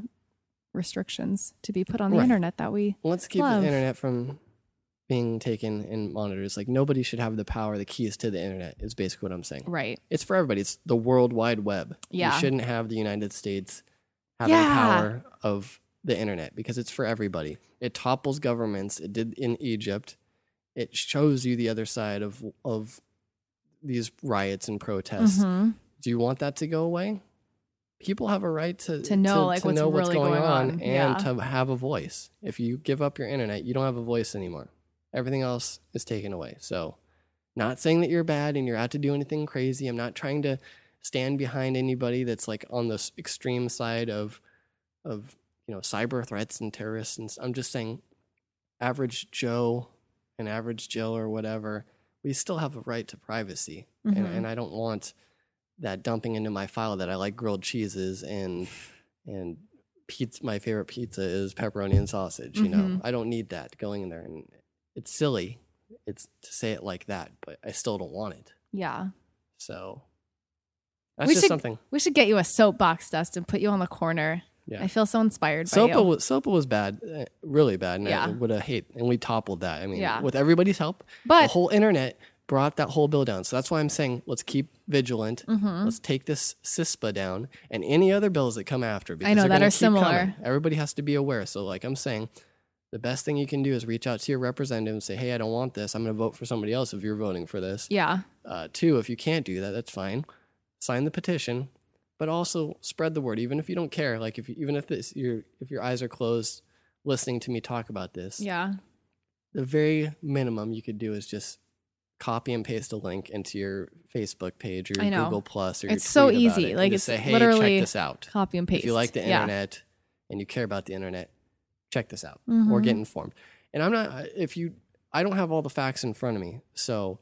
S2: restrictions to be put on the
S1: Right.
S2: internet that we,
S1: let's keep
S2: Love.
S1: the internet from being taken and monitored. It's like nobody should have the power, the keys to the internet is basically what I'm saying.
S2: right.
S1: it's for everybody. It's the World Wide Web.
S2: Yeah.
S1: You shouldn't have the United States having
S2: Yeah.
S1: power of the internet because it's for everybody. It topples governments. It did in Egypt. It shows you the other side of of these riots and protests.
S2: Mhm.
S1: Do you want that to go away? People have a right to,
S2: To know, like, what's
S1: know
S2: really going on.
S1: and
S2: Yeah.
S1: to have a voice. If you give up your internet, you don't have a voice anymore. Everything else is taken away. So, not saying that you're bad and you're out to do anything crazy. I'm not trying to stand behind anybody that's like on this extreme side of of you know cyber threats and terrorists. And s- I'm just saying, average Joe and average Jill or whatever, we still have a right to privacy, and,
S2: Mhm.
S1: and I don't want that dumping into my file that I like grilled cheeses and and pizza. My favorite pizza is pepperoni and sausage. You know,
S2: Mhm.
S1: I don't need that going in there, and it's silly. It's to say it like that, but I still don't want it.
S2: Yeah.
S1: So that's
S2: We
S1: just
S2: should-
S1: something.
S2: We should get you a soapbox, Dustin, put you on the corner.
S1: Yeah.
S2: I feel so inspired by
S1: Sopa
S2: you.
S1: was, Sopa was bad, eh, really bad, and I
S2: Yeah.
S1: would have hate, and we toppled that. I mean,
S2: Yeah.
S1: with everybody's help, the
S2: But
S1: whole internet brought that whole bill down. So that's why I'm saying let's keep vigilant.
S2: Mhm.
S1: Let's take this CISPA down and any other bills that come after. Because
S2: know,
S1: they're
S2: that
S1: gonna
S2: are
S1: keep
S2: similar.
S1: coming. Everybody has to be aware. So like I'm saying, the best thing you can do is reach out to your representative and say, "Hey, I don't want this. I'm going to vote for somebody else if you're voting for this."
S2: yeah,
S1: Uh, two, if you can't do that, that's fine. Sign the petition, but also spread the word. Even if you don't care, like if you, even if this your if your eyes are closed, listening to me talk about this,
S2: yeah,
S1: the very minimum you could do is just copy and paste a link into your Facebook page or
S2: I
S1: your
S2: know.
S1: Google Plus or your
S2: It's so
S1: tweet about
S2: easy.
S1: it,
S2: Like,
S1: and just
S2: it's
S1: say, hey,
S2: literally
S1: check this out.
S2: Copy and paste.
S1: If you like the
S2: Yeah.
S1: internet and you care about the internet, check this out or
S2: Mhm.
S1: get informed. And I'm not if you I don't have all the facts in front of me. So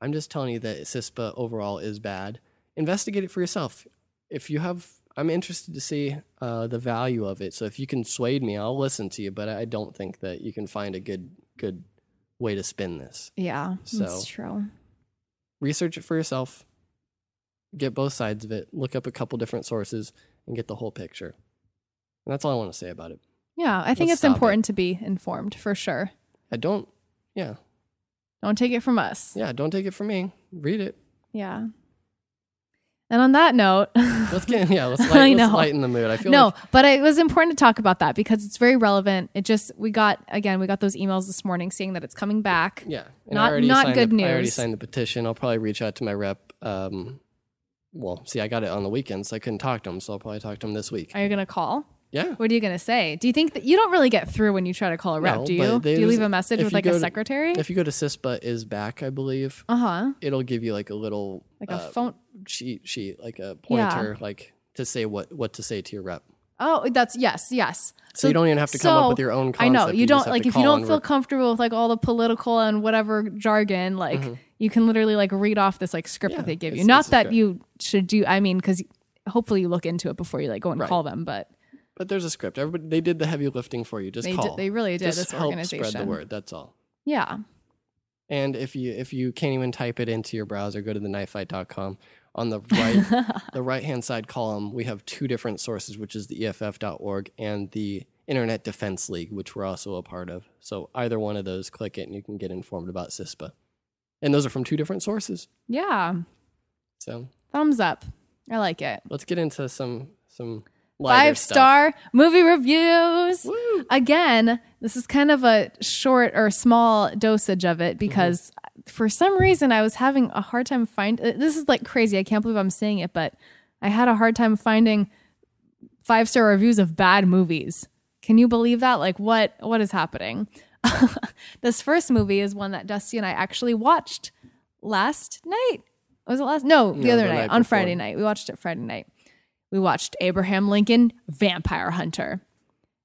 S1: I'm just telling you that CISPA overall is bad. Investigate it for yourself. If you have I'm interested to see uh, the value of it. So if you can sway me, I'll listen to you, but I don't think that you can find a good good way to spin this.
S2: Yeah,
S1: So-
S2: that's true.
S1: Research it for yourself. Get both sides of it. Look up a couple different sources and get the whole picture. And that's all I want to say about it.
S2: Yeah, I think
S1: Let's
S2: it's
S1: stop it.
S2: important to be informed for sure.
S1: I don't yeah.
S2: Don't take it from us.
S1: Yeah, don't take it from me. Read it.
S2: Yeah. And on that note, *laughs*
S1: Let's get *laughs* yeah. Let's,
S2: I
S1: light, let's
S2: know.
S1: lighten the mood. I feel
S2: no,
S1: like
S2: but it was important to talk about that because it's very relevant. It just we got again we got those emails this morning saying that it's coming back.
S1: yeah.
S2: Not-
S1: already
S2: not
S1: signed
S2: good
S1: the- I already
S2: news.
S1: signed the petition. I'll probably reach out to my rep. Um, well, see, I got it on the weekend, so I couldn't talk to him. So I'll probably talk to him this week.
S2: Are you gonna call?
S1: yeah.
S2: What are you gonna say? Do you think that you don't really get through when you try to call a rep?
S1: No,
S2: do
S1: but
S2: you? Do you
S1: there's-
S2: leave a message
S1: if
S2: with
S1: you
S2: like
S1: go
S2: a
S1: to-
S2: secretary?
S1: If you go to CISPA is back, I believe
S2: Uh huh.
S1: it'll give you like a little
S2: Like a
S1: uh,
S2: phone.
S1: cheat sheet, like a
S2: Yeah.
S1: pointer, like to say what what to say to your rep.
S2: Oh, that's yes, yes.
S1: So, you don't even have to come
S2: so-
S1: up with your own. Concept.
S2: I know you,
S1: just
S2: don't
S1: have
S2: like
S1: to
S2: if you
S1: call
S2: don't
S1: and
S2: feel
S1: rep-
S2: comfortable with like all the political and whatever jargon, like you can literally like read off this like script
S1: Mm-hmm. Yeah,
S2: that they give you.
S1: it's-
S2: Not
S1: it's
S2: that
S1: good.
S2: you should do. I mean, because hopefully you look into it before you like go and
S1: Right.
S2: call them. But
S1: but there's a script. Everybody they did the heavy lifting for you. Just
S2: they
S1: call.
S2: did, they really did
S1: just
S2: this
S1: help
S2: organization.
S1: spread the word. That's all.
S2: Yeah,
S1: And if you if you can't even type it into your browser, go to the knifefight.com. On the right
S2: *laughs*
S1: the right hand side column, we have two different sources, which is the E EFF.org and the Internet Defense League, which we're also a part of. So either one of those, click it, and you can get informed about CISPA. And those are from two different sources.
S2: yeah.
S1: So
S2: Thumbs up. I like it.
S1: let's get into some some lighter
S2: Five
S1: stuff.
S2: star movie reviews.
S1: Woo!
S2: again, this is kind of a short or small dosage of it because for some reason I was having a hard time find uh, this is like crazy. I can't believe I'm saying it, but I had a hard time finding five star reviews of bad movies. Can you believe that? Like what what is happening? *laughs* this first movie is one that Dusty and I actually watched last night. Was it last? No, the
S1: No,
S2: other
S1: the
S2: night
S1: night
S2: on
S1: before.
S2: Friday night. We watched it Friday night. We watched Abraham Lincoln Vampire Hunter.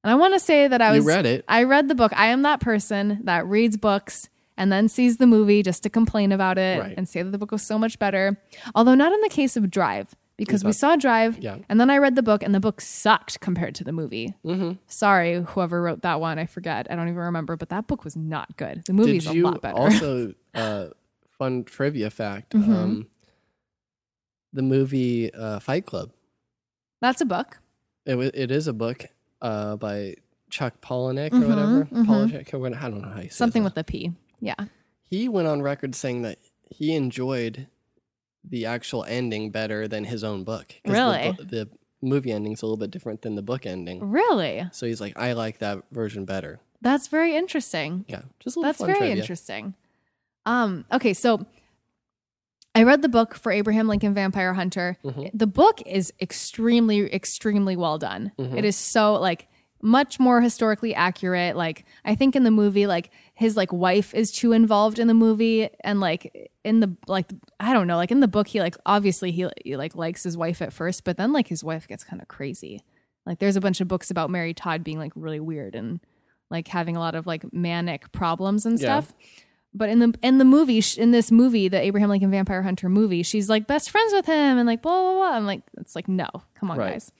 S2: And I want to say that I
S1: You
S2: was
S1: read it.
S2: I read the book. I am that person that reads books and then sees the movie just to complain about it
S1: Right.
S2: and say that the book was so much better. Although not in the case of Drive because we saw Drive
S1: Yeah.
S2: and then I read the book and the book sucked compared to the movie.
S1: Mm-hmm.
S2: Sorry, whoever wrote that one, I forget. I don't even remember, but that book was not good. The movie's
S1: Did
S2: a
S1: you
S2: lot better. Mm-hmm.
S1: also uh, fun trivia fact? Um, the movie uh, Fight Club.
S2: *laughs* That's a book.
S1: It, wa- it is a book uh, by Chuck Palahniuk or whatever. Palahniuk or whatever. I don't know how you say Mm.
S2: Mm-hmm, Something
S1: his
S2: with a P. Yeah.
S1: name. He went on record saying that he enjoyed the actual ending better than his own book. 'cause
S2: Really? Mm.
S1: The, bu- the movie ending's a little bit different than the book ending.
S2: Really?
S1: So he's like, I like that version better.
S2: That's very interesting.
S1: Yeah, just a little
S2: That's
S1: fun
S2: very
S1: trivia.
S2: interesting. Um, okay, so I read the book for Abraham Lincoln Vampire Hunter.
S1: Mm-hmm.
S2: The book is extremely, extremely well done.
S1: Mm-hmm.
S2: It is so like much more historically accurate. Like I think in the movie, like his like wife is too involved in the movie, and like in the like I don't know, like in the book, he like obviously he, he like likes his wife at first, but then like his wife gets kind of crazy. Like there's a bunch of books about Mary Todd being like really weird and like having a lot of like manic problems and
S1: Yeah.
S2: stuff. But in the in the movie sh- in this movie, the Abraham Lincoln Vampire Hunter movie, she's like best friends with him and like blah blah blah. I'm like it's like no, come on
S1: Right.
S2: guys.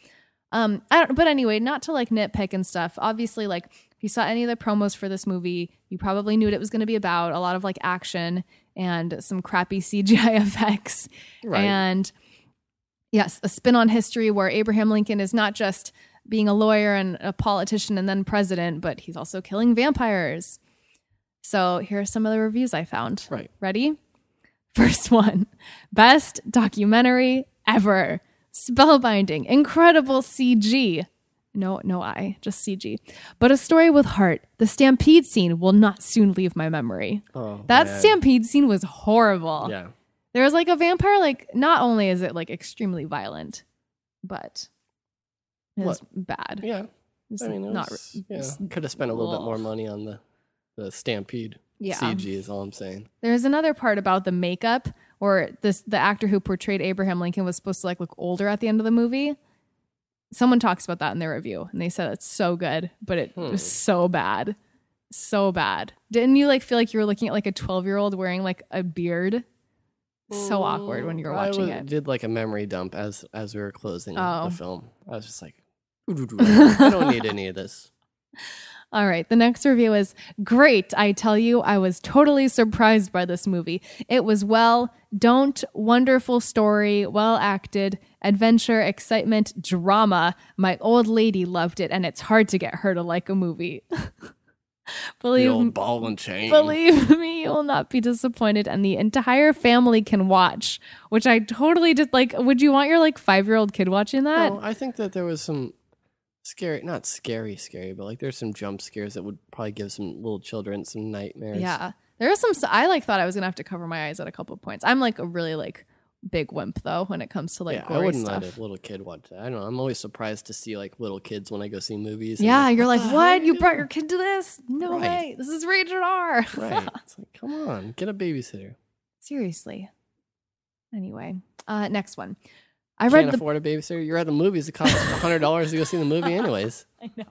S2: Um, I don't. But anyway, not to like nitpick and stuff. Obviously, like if you saw any of the promos for this movie, you probably knew what it was going to be about. A lot of like action and some crappy *laughs* CGI effects
S1: Right.
S2: and yes, a spin on history where Abraham Lincoln is not just being a lawyer and a politician and then president, but he's also killing vampires. So here are some of the reviews I found.
S1: Right.
S2: Ready? *laughs* First one Best documentary ever. Spellbinding, incredible CG. No, no, I, just CG. But a story with heart. The stampede scene will not soon leave my memory.
S1: Oh,
S2: that
S1: man.
S2: stampede scene was horrible.
S1: Yeah.
S2: There was like a vampire, like, not only is it like extremely violent, but it was bad.
S1: Yeah.
S2: It's
S1: I mean, it
S2: not
S1: was,
S2: re-
S1: yeah.
S2: it's-
S1: could have spent a little
S2: Ugh.
S1: bit more money on the the stampede.
S2: Yeah.
S1: CG is all I'm saying.
S2: There's another part about the makeup or this the actor who portrayed Abraham Lincoln was supposed to like look older at the end of the movie. Someone talks about that in their review and they said it's so good, but it
S1: Hmm.
S2: was so bad. So bad. Didn't you like feel like you were looking at like a 12-year-old wearing like a beard? So awkward when you were
S1: I
S2: watching
S1: was-
S2: it.
S1: Did like a memory dump as as we were closing
S2: Oh.
S1: the film. I was just
S2: *laughs*
S1: like, I don't need any of this.
S2: All right, the next review is great. I tell you, I was totally surprised by this movie. It was well, don't, wonderful story, well acted, adventure, excitement, drama. My old lady loved it, and it's hard to get her to like a movie. *laughs*
S1: The
S2: believe,
S1: old ball and chain.
S2: believe *laughs* me, you will not be disappointed, and the entire family can watch, which I totally did. Like, would you want your like five year old kid watching that?
S1: No, I think that there was some scary, not scary, scary, but like there's some jump scares that would probably give some little children some nightmares.
S2: Yeah. There was some s- I like thought I was gonna have to cover my eyes at a couple points. I'm like a really like big wimp though when it comes to like
S1: yeah, I
S2: gory
S1: wouldn't
S2: stuff.
S1: let a little kid watch that. I don't know. I'm always surprised to see like little kids when I go see movies. and,
S2: yeah,
S1: *laughs*
S2: you're like,
S1: the hell are
S2: what?
S1: you
S2: You brought your kid to this? No
S1: Right.
S2: way. This is rated R.
S1: right. *laughs* It's like, come on, get a babysitter.
S2: Seriously. Anyway, uh, next one. I
S1: I
S2: read
S1: Can't
S2: the.
S1: afford a babysitter. You're at the movies. It costs hundred dollars to go see the movie,
S2: *laughs*
S1: anyways.
S2: I know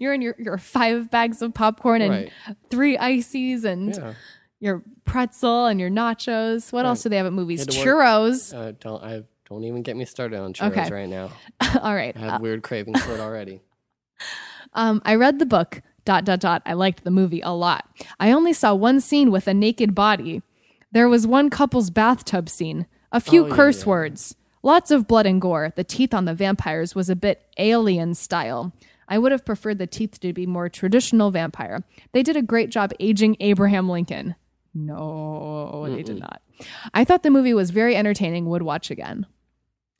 S2: you're in your your five bags of popcorn and
S1: right?
S2: three ices and
S1: Yeah.
S2: your pretzel and your nachos. What
S1: Right.
S2: else do they have at movies?
S1: Had to work.
S2: Churros.
S1: Uh, don't I don't even get me started on churros
S2: Okay. Uh,
S1: right now.
S2: *laughs* All right.
S1: I have weird cravings for it already.
S2: Um, I read the book. Dot dot dot. I liked the movie a lot. I only saw one scene with a naked body. There was one couple's bathtub scene. A few
S1: Oh, yeah,
S2: curse
S1: yeah.
S2: words. Lots of blood and gore. The teeth on the vampires was a bit alien style. I would have preferred the teeth to be more traditional vampire. They did a great job aging Abraham Lincoln. No, they did not. I thought the movie was very entertaining. Would watch again.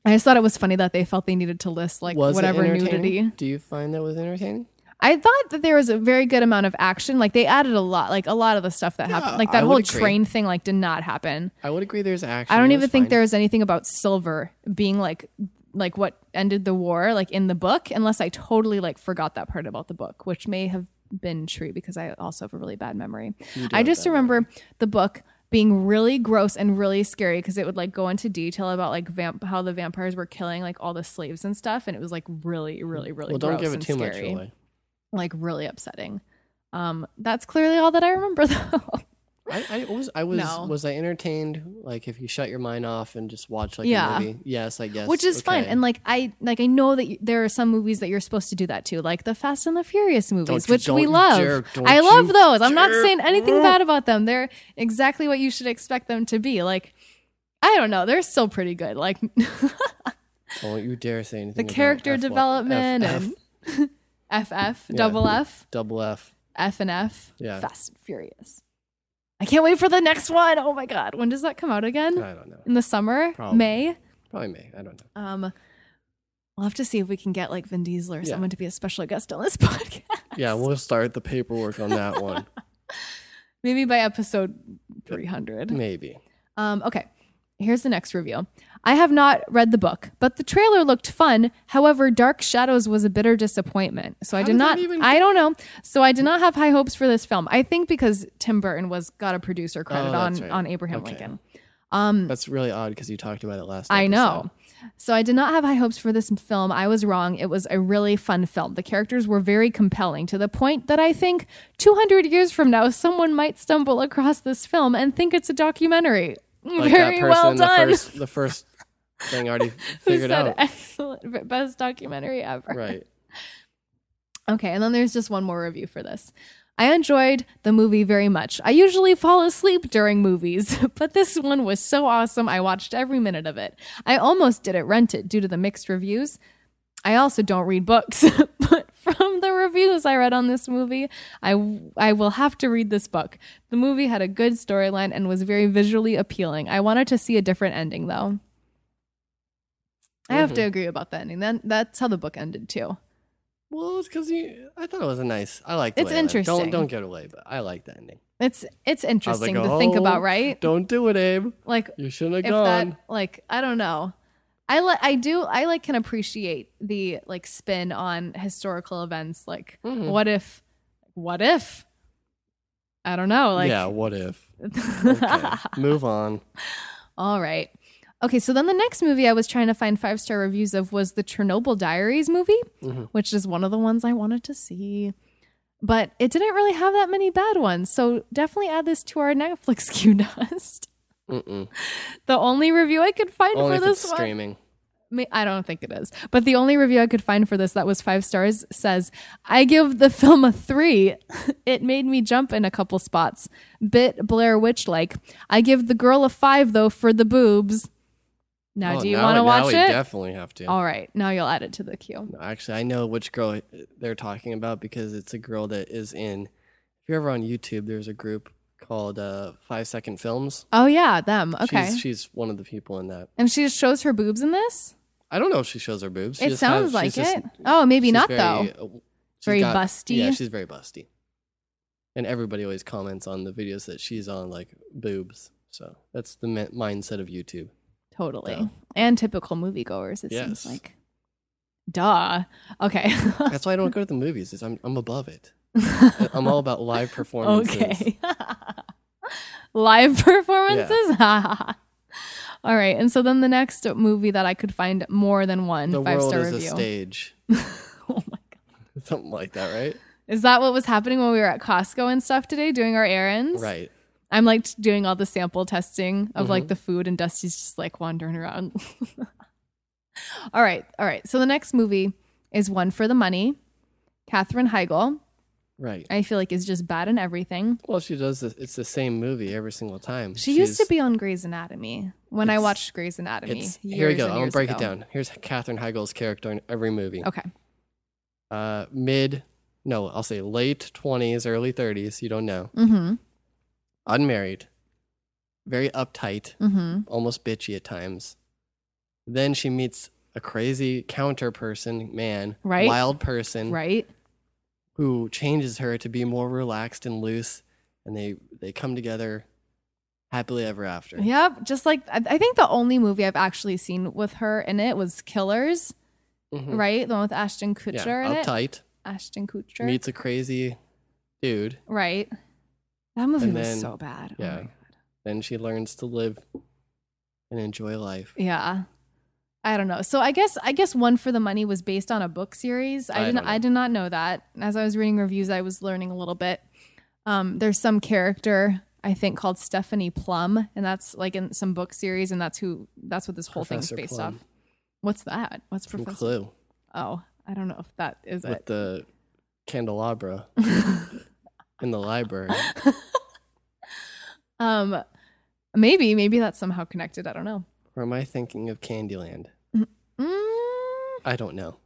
S2: I just thought it was funny that they felt they needed to list like
S1: Was it
S2: *laughs* whatever
S1: entertaining?
S2: nudity.
S1: Do you find that was entertaining?
S2: I thought that there was a very good amount of action. Like they added a lot, like a lot of the stuff that happened. Like that
S1: I would
S2: whole
S1: agree.
S2: train thing, like did not happen.
S1: I would agree. There's action.
S2: I don't
S1: It
S2: even
S1: was
S2: think
S1: fine.
S2: there was anything about silver being like, like what ended the war, like in the book, unless I totally like forgot that part about the book, which may have been true because I also have a really bad memory. I
S1: have
S2: just
S1: bad
S2: remember the book being really gross and really scary because it would like go into detail about like vamp how the vampires were killing like all the slaves and stuff, and it was like really, really, really
S1: Well, don't
S2: gross
S1: give it
S2: and
S1: too
S2: scary
S1: much away.
S2: like really upsetting. Um, that's clearly all that I remember *laughs* though.
S1: I, I was I was
S2: No.
S1: was I entertained? Like if you shut your mind off and just watch like
S2: Yeah.
S1: a movie. Yes, I guess.
S2: Which is fun.
S1: okay.
S2: And like I like I know that y there are some movies that you're supposed to do that too, like the Fast and the Furious movies,
S1: you-
S2: which we
S1: don't you
S2: love.
S1: dare- don't
S2: I love
S1: you
S2: those. I'm not
S1: dare. Mm.
S2: saying anything bad about them. They're exactly what you should expect them to be. Like I don't know, they're still pretty good. Like *laughs*
S1: don't you dare say anything.
S2: the
S1: about
S2: character
S1: F-
S2: development
S1: F- F-
S2: *laughs* and FF, double F,
S1: double F.
S2: F and F.
S1: Yeah.
S2: Fast and Furious. I can't wait for the next one. Oh my god. When does that come out
S1: I
S2: again?
S1: don't know.
S2: In the summer?
S1: Probably.
S2: May?
S1: Probably me. I don't know.
S2: Um, we'll have to see if we can get like Vin Diesel or
S1: Yeah.
S2: someone to be a special guest on this *laughs* podcast.
S1: Yeah, we'll start the paperwork on that
S2: *laughs*
S1: one.
S2: Maybe by episode 300.
S1: Maybe.
S2: Um, okay, here's the next review. I have not read the book, but the trailer looked fun. However, Dark Shadows was a bitter disappointment. So I
S1: How
S2: did
S1: did that
S2: not,
S1: even
S2: I don't know. So I did not have high hopes for this film. I think because Tim Burton was got a producer credit on,
S1: Oh, that's right.
S2: on Abraham
S1: Okay.
S2: Lincoln.
S1: That's really odd because you talked about it last.
S2: I
S1: episode.
S2: know. So I did not have high hopes for this film. I was wrong. It was a really fun film. The characters were very compelling to the point that I think 200 years from now, someone might stumble across this film and think it's a documentary.
S1: Like
S2: very
S1: that person
S2: well
S1: in the
S2: done.
S1: First, the first thing already
S2: *laughs* Who
S1: figured
S2: said
S1: out.
S2: excellent, best documentary ever?
S1: Right.
S2: Okay, and then there's just one more review for this. I enjoyed the movie very much. I usually fall asleep during movies, *laughs* but this one was so awesome. I watched every minute of it. I almost didn't rent it due to the mixed reviews. I also don't read books, *laughs* but from the reviews I read on this movie, I I will have to read this book. The movie had a good storyline and was very visually appealing. I wanted to see a different ending though. I have to agree about that ending. That, that's how the book ended too.
S1: Well, it's because you. I thought it was a nice. I like. the
S2: It's
S1: way it ended.
S2: interesting.
S1: Don't don't get away, but I like the ending.
S2: It's it's
S1: I was like,
S2: interesting to think
S1: "Oh,
S2: about, right?
S1: Don't do it, Abe.
S2: Like
S1: You shouldn't have
S2: if
S1: gone.
S2: that like I don't know. I li- I do I like can appreciate the like spin
S1: Mm-hmm.
S2: on historical events like what if what if I don't know. Like, *laughs*
S1: yeah, what if? Okay, move on.
S2: all right. Okay, so then the next movie I was trying to find five star reviews of was the Chernobyl Diaries movie,
S1: Mm-hmm.
S2: which is one of the ones I wanted to see. But it didn't really have that many bad ones. So definitely add this to our Netflix *laughs* queue dust.
S1: Mm-mm.
S2: The only review I could find
S1: Only if
S2: for
S1: it's
S2: this one.
S1: streaming.
S2: Ma- I don't think it is. But the only review I could find for this that was five stars says, I give the film a three. *laughs* it made me jump in a couple spots. Bit Blair Witch like. I give the girl a five, though, for the boobs. Now,
S1: Oh,
S2: do you
S1: now-
S2: want to watch
S1: Now we
S2: it?
S1: definitely have to.
S2: All right. Now you'll add it to the queue.
S1: Actually, I know which girl eh, they're talking about because it's a girl that is in. If you're ever on YouTube, there's a group called uh, Five Second Films.
S2: Oh, yeah, them. Okay.
S1: She's, she's one of the people in that.
S2: and she just shows her boobs in this?
S1: I don't know if she shows her boobs. She
S2: it
S1: just
S2: sounds
S1: has-
S2: like
S1: she's just-
S2: it. oh, maybe
S1: she's
S2: not,
S1: very,
S2: though.
S1: uh, she's
S2: Very busty.
S1: Yeah, she's very busty. And everybody always comments on the videos that she's on, like boobs. So that's the mi- mindset of
S2: *laughs*
S1: YouTube.
S2: Totally.
S1: Yeah.
S2: And typical moviegoers, it
S1: Yes.
S2: seems like. Duh. Okay. *laughs*
S1: That's why I don't go to the movies. Is I'm I'm above it. I'm all about live performances.
S2: Okay. *laughs* Live performances? *laughs* All right. And so then the next movie that I could find more than one
S1: The
S2: five
S1: world
S2: star
S1: is
S2: review.
S1: a stage.
S2: *laughs* Oh my
S1: *laughs*
S2: God.
S1: Something like that, right?
S2: Is that what was happening when we were at Costco and stuff today doing our errands?
S1: Right. Mm-hmm.
S2: I'm like t- doing all the sample testing of like the food, and Dusty's just like wandering around. *laughs* all right, all right. So the next movie is One for the Money. Katherine Heigl,
S1: Right.
S2: I feel like, is just bad in everything.
S1: Well, she does. The, it's the same movie every single time.
S2: She used to be on Grey's Anatomy when I
S1: It's-
S2: watched Grey's Anatomy.
S1: It's,
S2: years
S1: here we go.
S2: and
S1: I'm gonna
S2: years
S1: break
S2: ago.
S1: it down. Here's Katherine Heigl's character in every movie.
S2: Okay.
S1: Uh, mid, no, I'll say late 20s, early 30s. You don't know.
S2: Mm-hmm.
S1: Unmarried. Very uptight,
S2: Mm-hmm.
S1: almost bitchy at times. Then she meets a crazy counter person, man,
S2: Right.
S1: wild person,
S2: Right.
S1: who changes her to be more relaxed and loose, and they they come together happily ever after.
S2: Yep. Just like I, I think the only movie I've actually seen with her in it was Killers,
S1: Mhm.
S2: right? The one with Ashton
S1: Yeah,
S2: Kutcher in it.
S1: uptight.
S2: Ashton Kutcher.
S1: meets a crazy dude.
S2: Right. That movie
S1: And then-
S2: was so bad. Oh my
S1: yeah.
S2: God.
S1: Then she learns to live and enjoy life.
S2: yeah. I don't know. So I guess I guess One for the Money was based on a book series. I,
S1: I
S2: didn't
S1: don't know.
S2: I did not know that. As I was reading reviews, I was learning a little bit. Um, there's some character I think called Stephanie Plum, and that's like in some book series, and that's who that's what this whole
S1: Professor
S2: thing's based
S1: Plum.
S2: off. What's that? What's
S1: From
S2: Professor?
S1: Clue
S2: Oh, I don't know if that is
S1: with
S2: it.
S1: the
S2: *laughs*
S1: candelabra in the library.
S2: um, maybe maybe that's somehow connected. I don't know.
S1: Or am I thinking of Candyland?
S2: Mm,
S1: I don't know.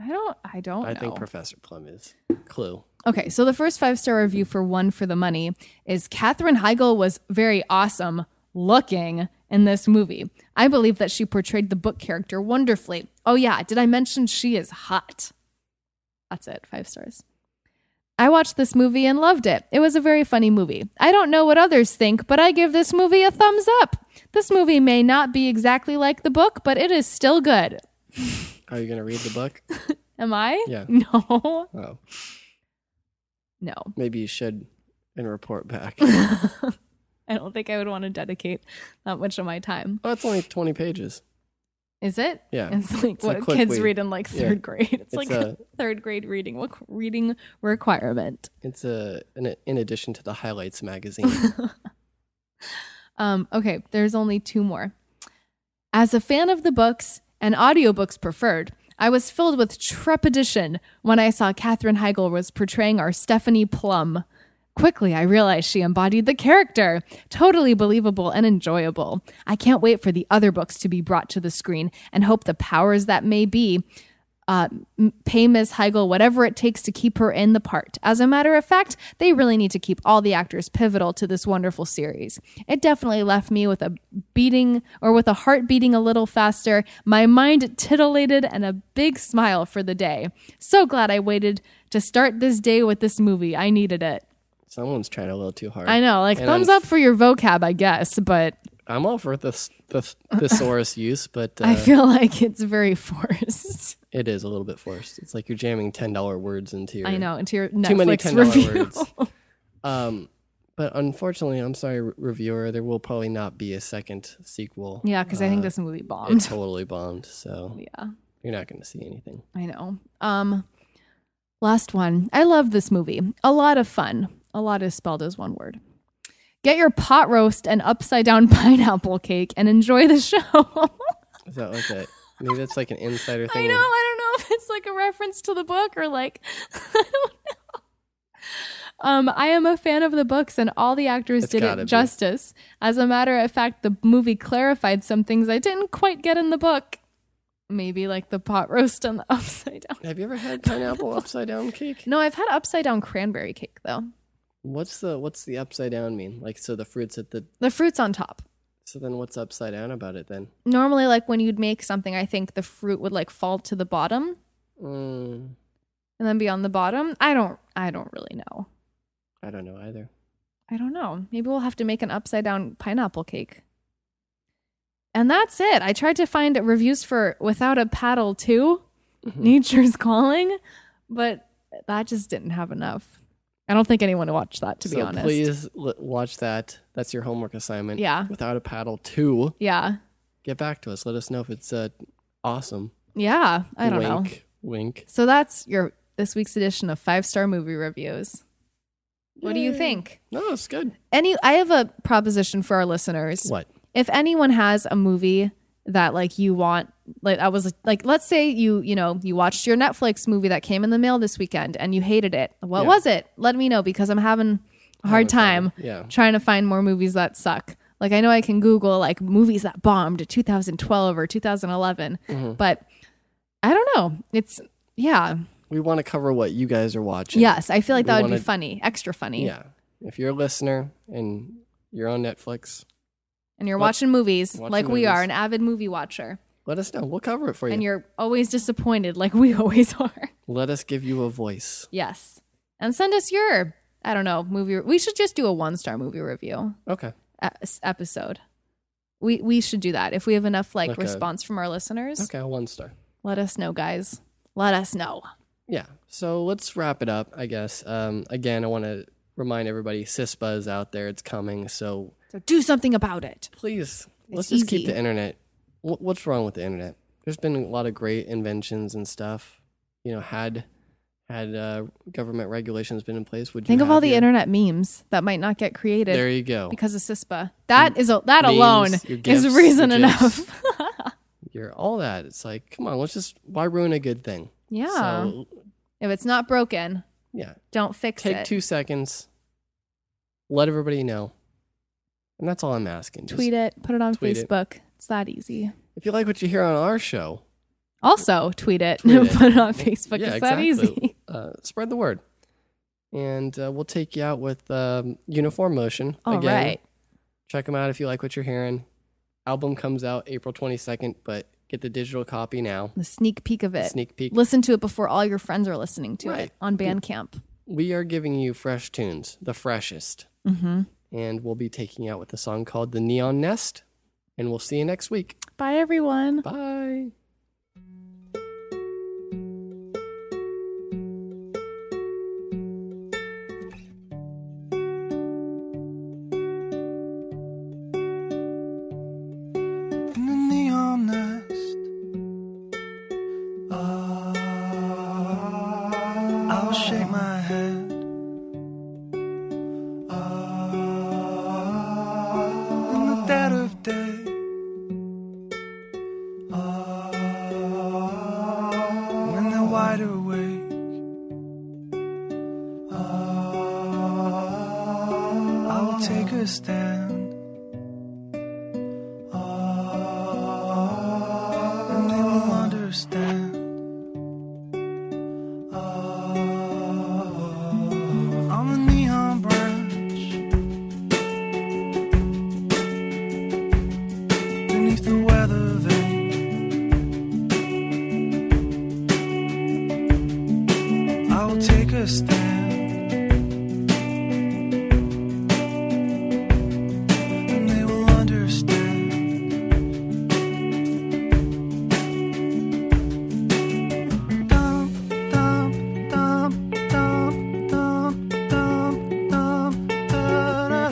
S2: I don't. I don't.
S1: I
S2: know.
S1: think Professor Plum is Clue.
S2: Okay, so the first five star review for One for the Money is Katherine Heigl was very awesome looking in this movie. I believe that she portrayed the book character wonderfully. Oh, yeah, did I mention she is hot? That's it, five stars. I watched this movie and loved it. It was a very funny movie. I don't know what others think, but I give this movie a thumbs up. This movie may not be exactly like the book, but it is still good.
S1: Are you going to read the book?
S2: Am I?
S1: Yeah.
S2: *laughs* No.
S1: Oh,
S2: No.
S1: maybe you should and report
S2: *laughs*
S1: back.
S2: I don't think I would want to dedicate that much of my time.
S1: Oh, it's only 20 pages.
S2: Is it?
S1: Yeah.
S2: It's like
S1: a
S2: what
S1: quick
S2: kids
S1: read.
S2: read in like
S1: Yeah.
S2: third grade. It's,
S1: It's
S2: like
S1: a-
S2: a, *laughs* third grade reading what reading requirement.
S1: It's a in, in addition to the highlights
S2: *laughs*
S1: magazine.
S2: Um, okay, there's only two more. As a fan of the books and audiobooks preferred, I was filled with trepidation when I saw Katherine Heigl was portraying our Stephanie Plum. Quickly, I realized she embodied the character. Totally believable and enjoyable. I can't wait for the other books to be brought to the screen and hope the powers that may be uh, m- pay Miss Heigl whatever it takes to keep her in the part. As a matter of fact, they really need to keep all the actors pivotal to this wonderful series. It definitely left me with a beating or with a heart beating a little faster, my mind titillated, and a big smile for the day. So glad I waited to start this day with this movie. I needed it.
S1: Someone's trying a little too hard.
S2: I know, like
S1: And
S2: thumbs
S1: I'm-
S2: up for your vocab, I guess, but
S1: I'm all for this, this
S2: *laughs*
S1: thesaurus use, but uh,
S2: I feel like it's very forced.
S1: It is a little bit forced. It's like you're jamming ten dollar words into your.
S2: I know, into your
S1: Too many
S2: Netflix
S1: ten dollar
S2: review.
S1: words. Um, but unfortunately, I'm sorry, re- reviewer, there will probably not be a second sequel.
S2: *laughs* Yeah, because I
S1: Uh,
S2: think this movie
S1: It
S2: bombed.
S1: totally bombed,
S2: *laughs*
S1: so
S2: Yeah,
S1: you're not going to see anything.
S2: I know. Um, last one. I love this movie. A lot of fun. A lot is spelled as one word. Get your pot roast and upside down *laughs* pineapple cake and enjoy the show. *laughs*
S1: Is that like a maybe that's like an insider
S2: I
S1: thing?
S2: know. I don't know if it's like a reference to the book or like. *laughs* I don't know. Um, I am a fan of the books, and all the actors
S1: It's
S2: did
S1: gotta
S2: it
S1: be.
S2: justice. As a matter of fact, the movie clarified some things I didn't quite get in the book. Maybe like the pot roast and the *laughs* upside down.
S1: Have you ever had pineapple upside down cake?
S2: No, I've had upside down cranberry cake though.
S1: What's the what's the upside down mean? Like so the fruits at the
S2: The fruit's on top.
S1: so then what's upside down about it then?
S2: Normally, like when you'd make something, I think the fruit would like fall to the bottom
S1: Mm,
S2: and then be on the bottom. I don't. I don't really know.
S1: I don't know either.
S2: I don't know. Maybe we'll have to make an upside down pineapple cake. And that's it. I tried to find reviews for Without a Paddle too,
S1: Mm-hmm.
S2: Nature's Calling, but that just didn't have enough. I don't think anyone watched that, to be
S1: So
S2: honest.
S1: please l- watch that. That's your homework assignment.
S2: Yeah.
S1: Without a paddle two.
S2: Yeah.
S1: Get back to us. Let us know if it's uh, awesome.
S2: Yeah. I don't know.
S1: wink, Wink.
S2: So that's your this week's edition of five star movie reviews. What do you
S1: Yay.
S2: think?
S1: No, it's good.
S2: Any I have a proposition for our listeners.
S1: What?
S2: if anyone has a movie that like you want like i was like let's say you you know you watched your netflix movie that came in the mail this weekend and you hated it what
S1: Yeah.
S2: was it let me know because i'm having a hard time
S1: Yeah.
S2: trying to find more movies that suck like i know i can google like movies that bombed 2012 or 2011
S1: Mm-hmm.
S2: but i don't know it's yeah
S1: We want to cover what you guys are watching.
S2: yes i feel like
S1: We
S2: that would be
S1: wanna-
S2: funny extra funny
S1: Yeah. If you're a listener and you're on Netflix,
S2: and you're
S1: Watch-
S2: watching movies
S1: watching
S2: like we
S1: movies.
S2: are an avid movie watcher
S1: let us know. We'll cover it for
S2: and
S1: you.
S2: you're always disappointed like we *laughs* always are
S1: Let us give you a voice.
S2: Yes. And send us your, I don't know, movie. We should just do a one star movie review
S1: Okay.
S2: e- episode. We, we should do that. If we have enough like
S1: Like a-
S2: response from our listeners,
S1: Okay. One star.
S2: let us know, guys. Let us know.
S1: Yeah. So let's wrap it up, I guess. Um, again, I want to remind everybody CISPA is out there. It's coming. So
S2: So do something about it.
S1: please, let's
S2: It's
S1: just keep
S2: easy.
S1: the internet. Wh- What's wrong with the internet? There's been a lot of great inventions and stuff. You know, had had uh, government regulations been in place, would you
S2: Think of
S1: have
S2: all the
S1: your-
S2: internet memes that might not get created
S1: There you go. Mm.
S2: because of CISPA. That is a, that alone
S1: Memes, your
S2: is
S1: gifs,
S2: reason
S1: your gifs.
S2: enough. *laughs*
S1: You're all that. It's like, come on, let's just why ruin a good thing?
S2: yeah.
S1: So
S2: if it's not broken,
S1: yeah,
S2: don't fix
S1: take
S2: it.
S1: two seconds. Let everybody know, and that's all I'm asking. Just-
S2: tweet it, put it on
S1: tweet it.
S2: Facebook. It's that easy.
S1: if you like what you hear on our show,
S2: Also, tweet it *laughs*
S1: Tweet
S2: and
S1: it.
S2: put it on Facebook.
S1: Yeah,
S2: it's that
S1: exactly.
S2: easy.
S1: uh, spread the word. And uh, we'll take you out with um, Uniform Motion. *laughs*
S2: All
S1: Again,
S2: right.
S1: Check them out if you like what you're hearing. Album comes out April 22nd, but get the digital copy now.
S2: The sneak peek of it.
S1: Sneak peek.
S2: Listen to it before all your friends are listening to
S1: Right.
S2: it on Bandcamp.
S1: We are giving you fresh tunes, the freshest.
S2: Mm-hmm.
S1: And we'll be taking you out with a song called The Neon Nest. And we'll see you next week.
S2: Bye, everyone.
S1: Bye.
S3: in the neon nest. Ah, I will shake my head. Ah, in the dead of day. Ah, when they're wide awake. Ah, I will take a stand. and they will understand. I'm a neon branch beneath the weather vane. I will take a stand. and they will Understand. Dump, dump, dump, dump, dump, dump, dump,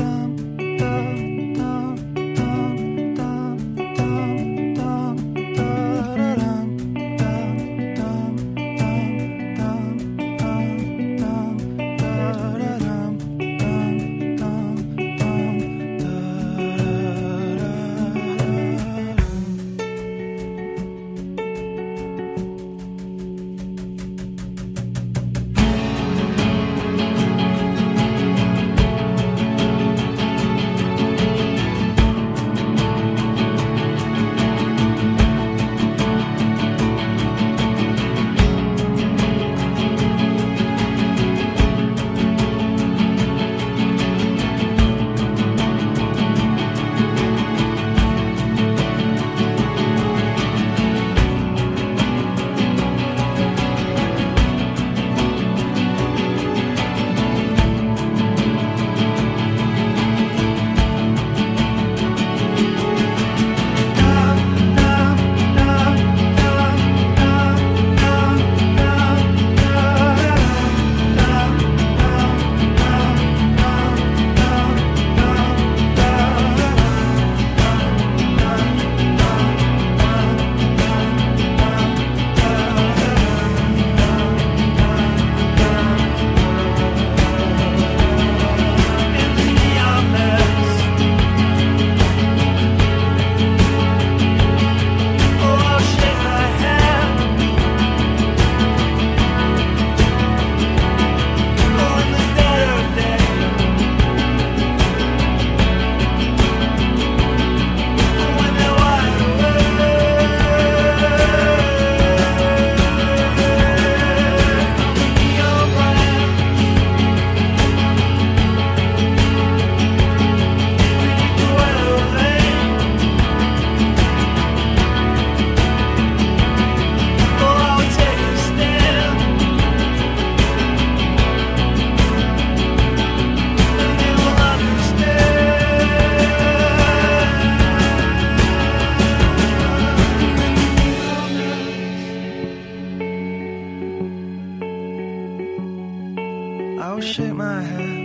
S3: Oh, shake my head.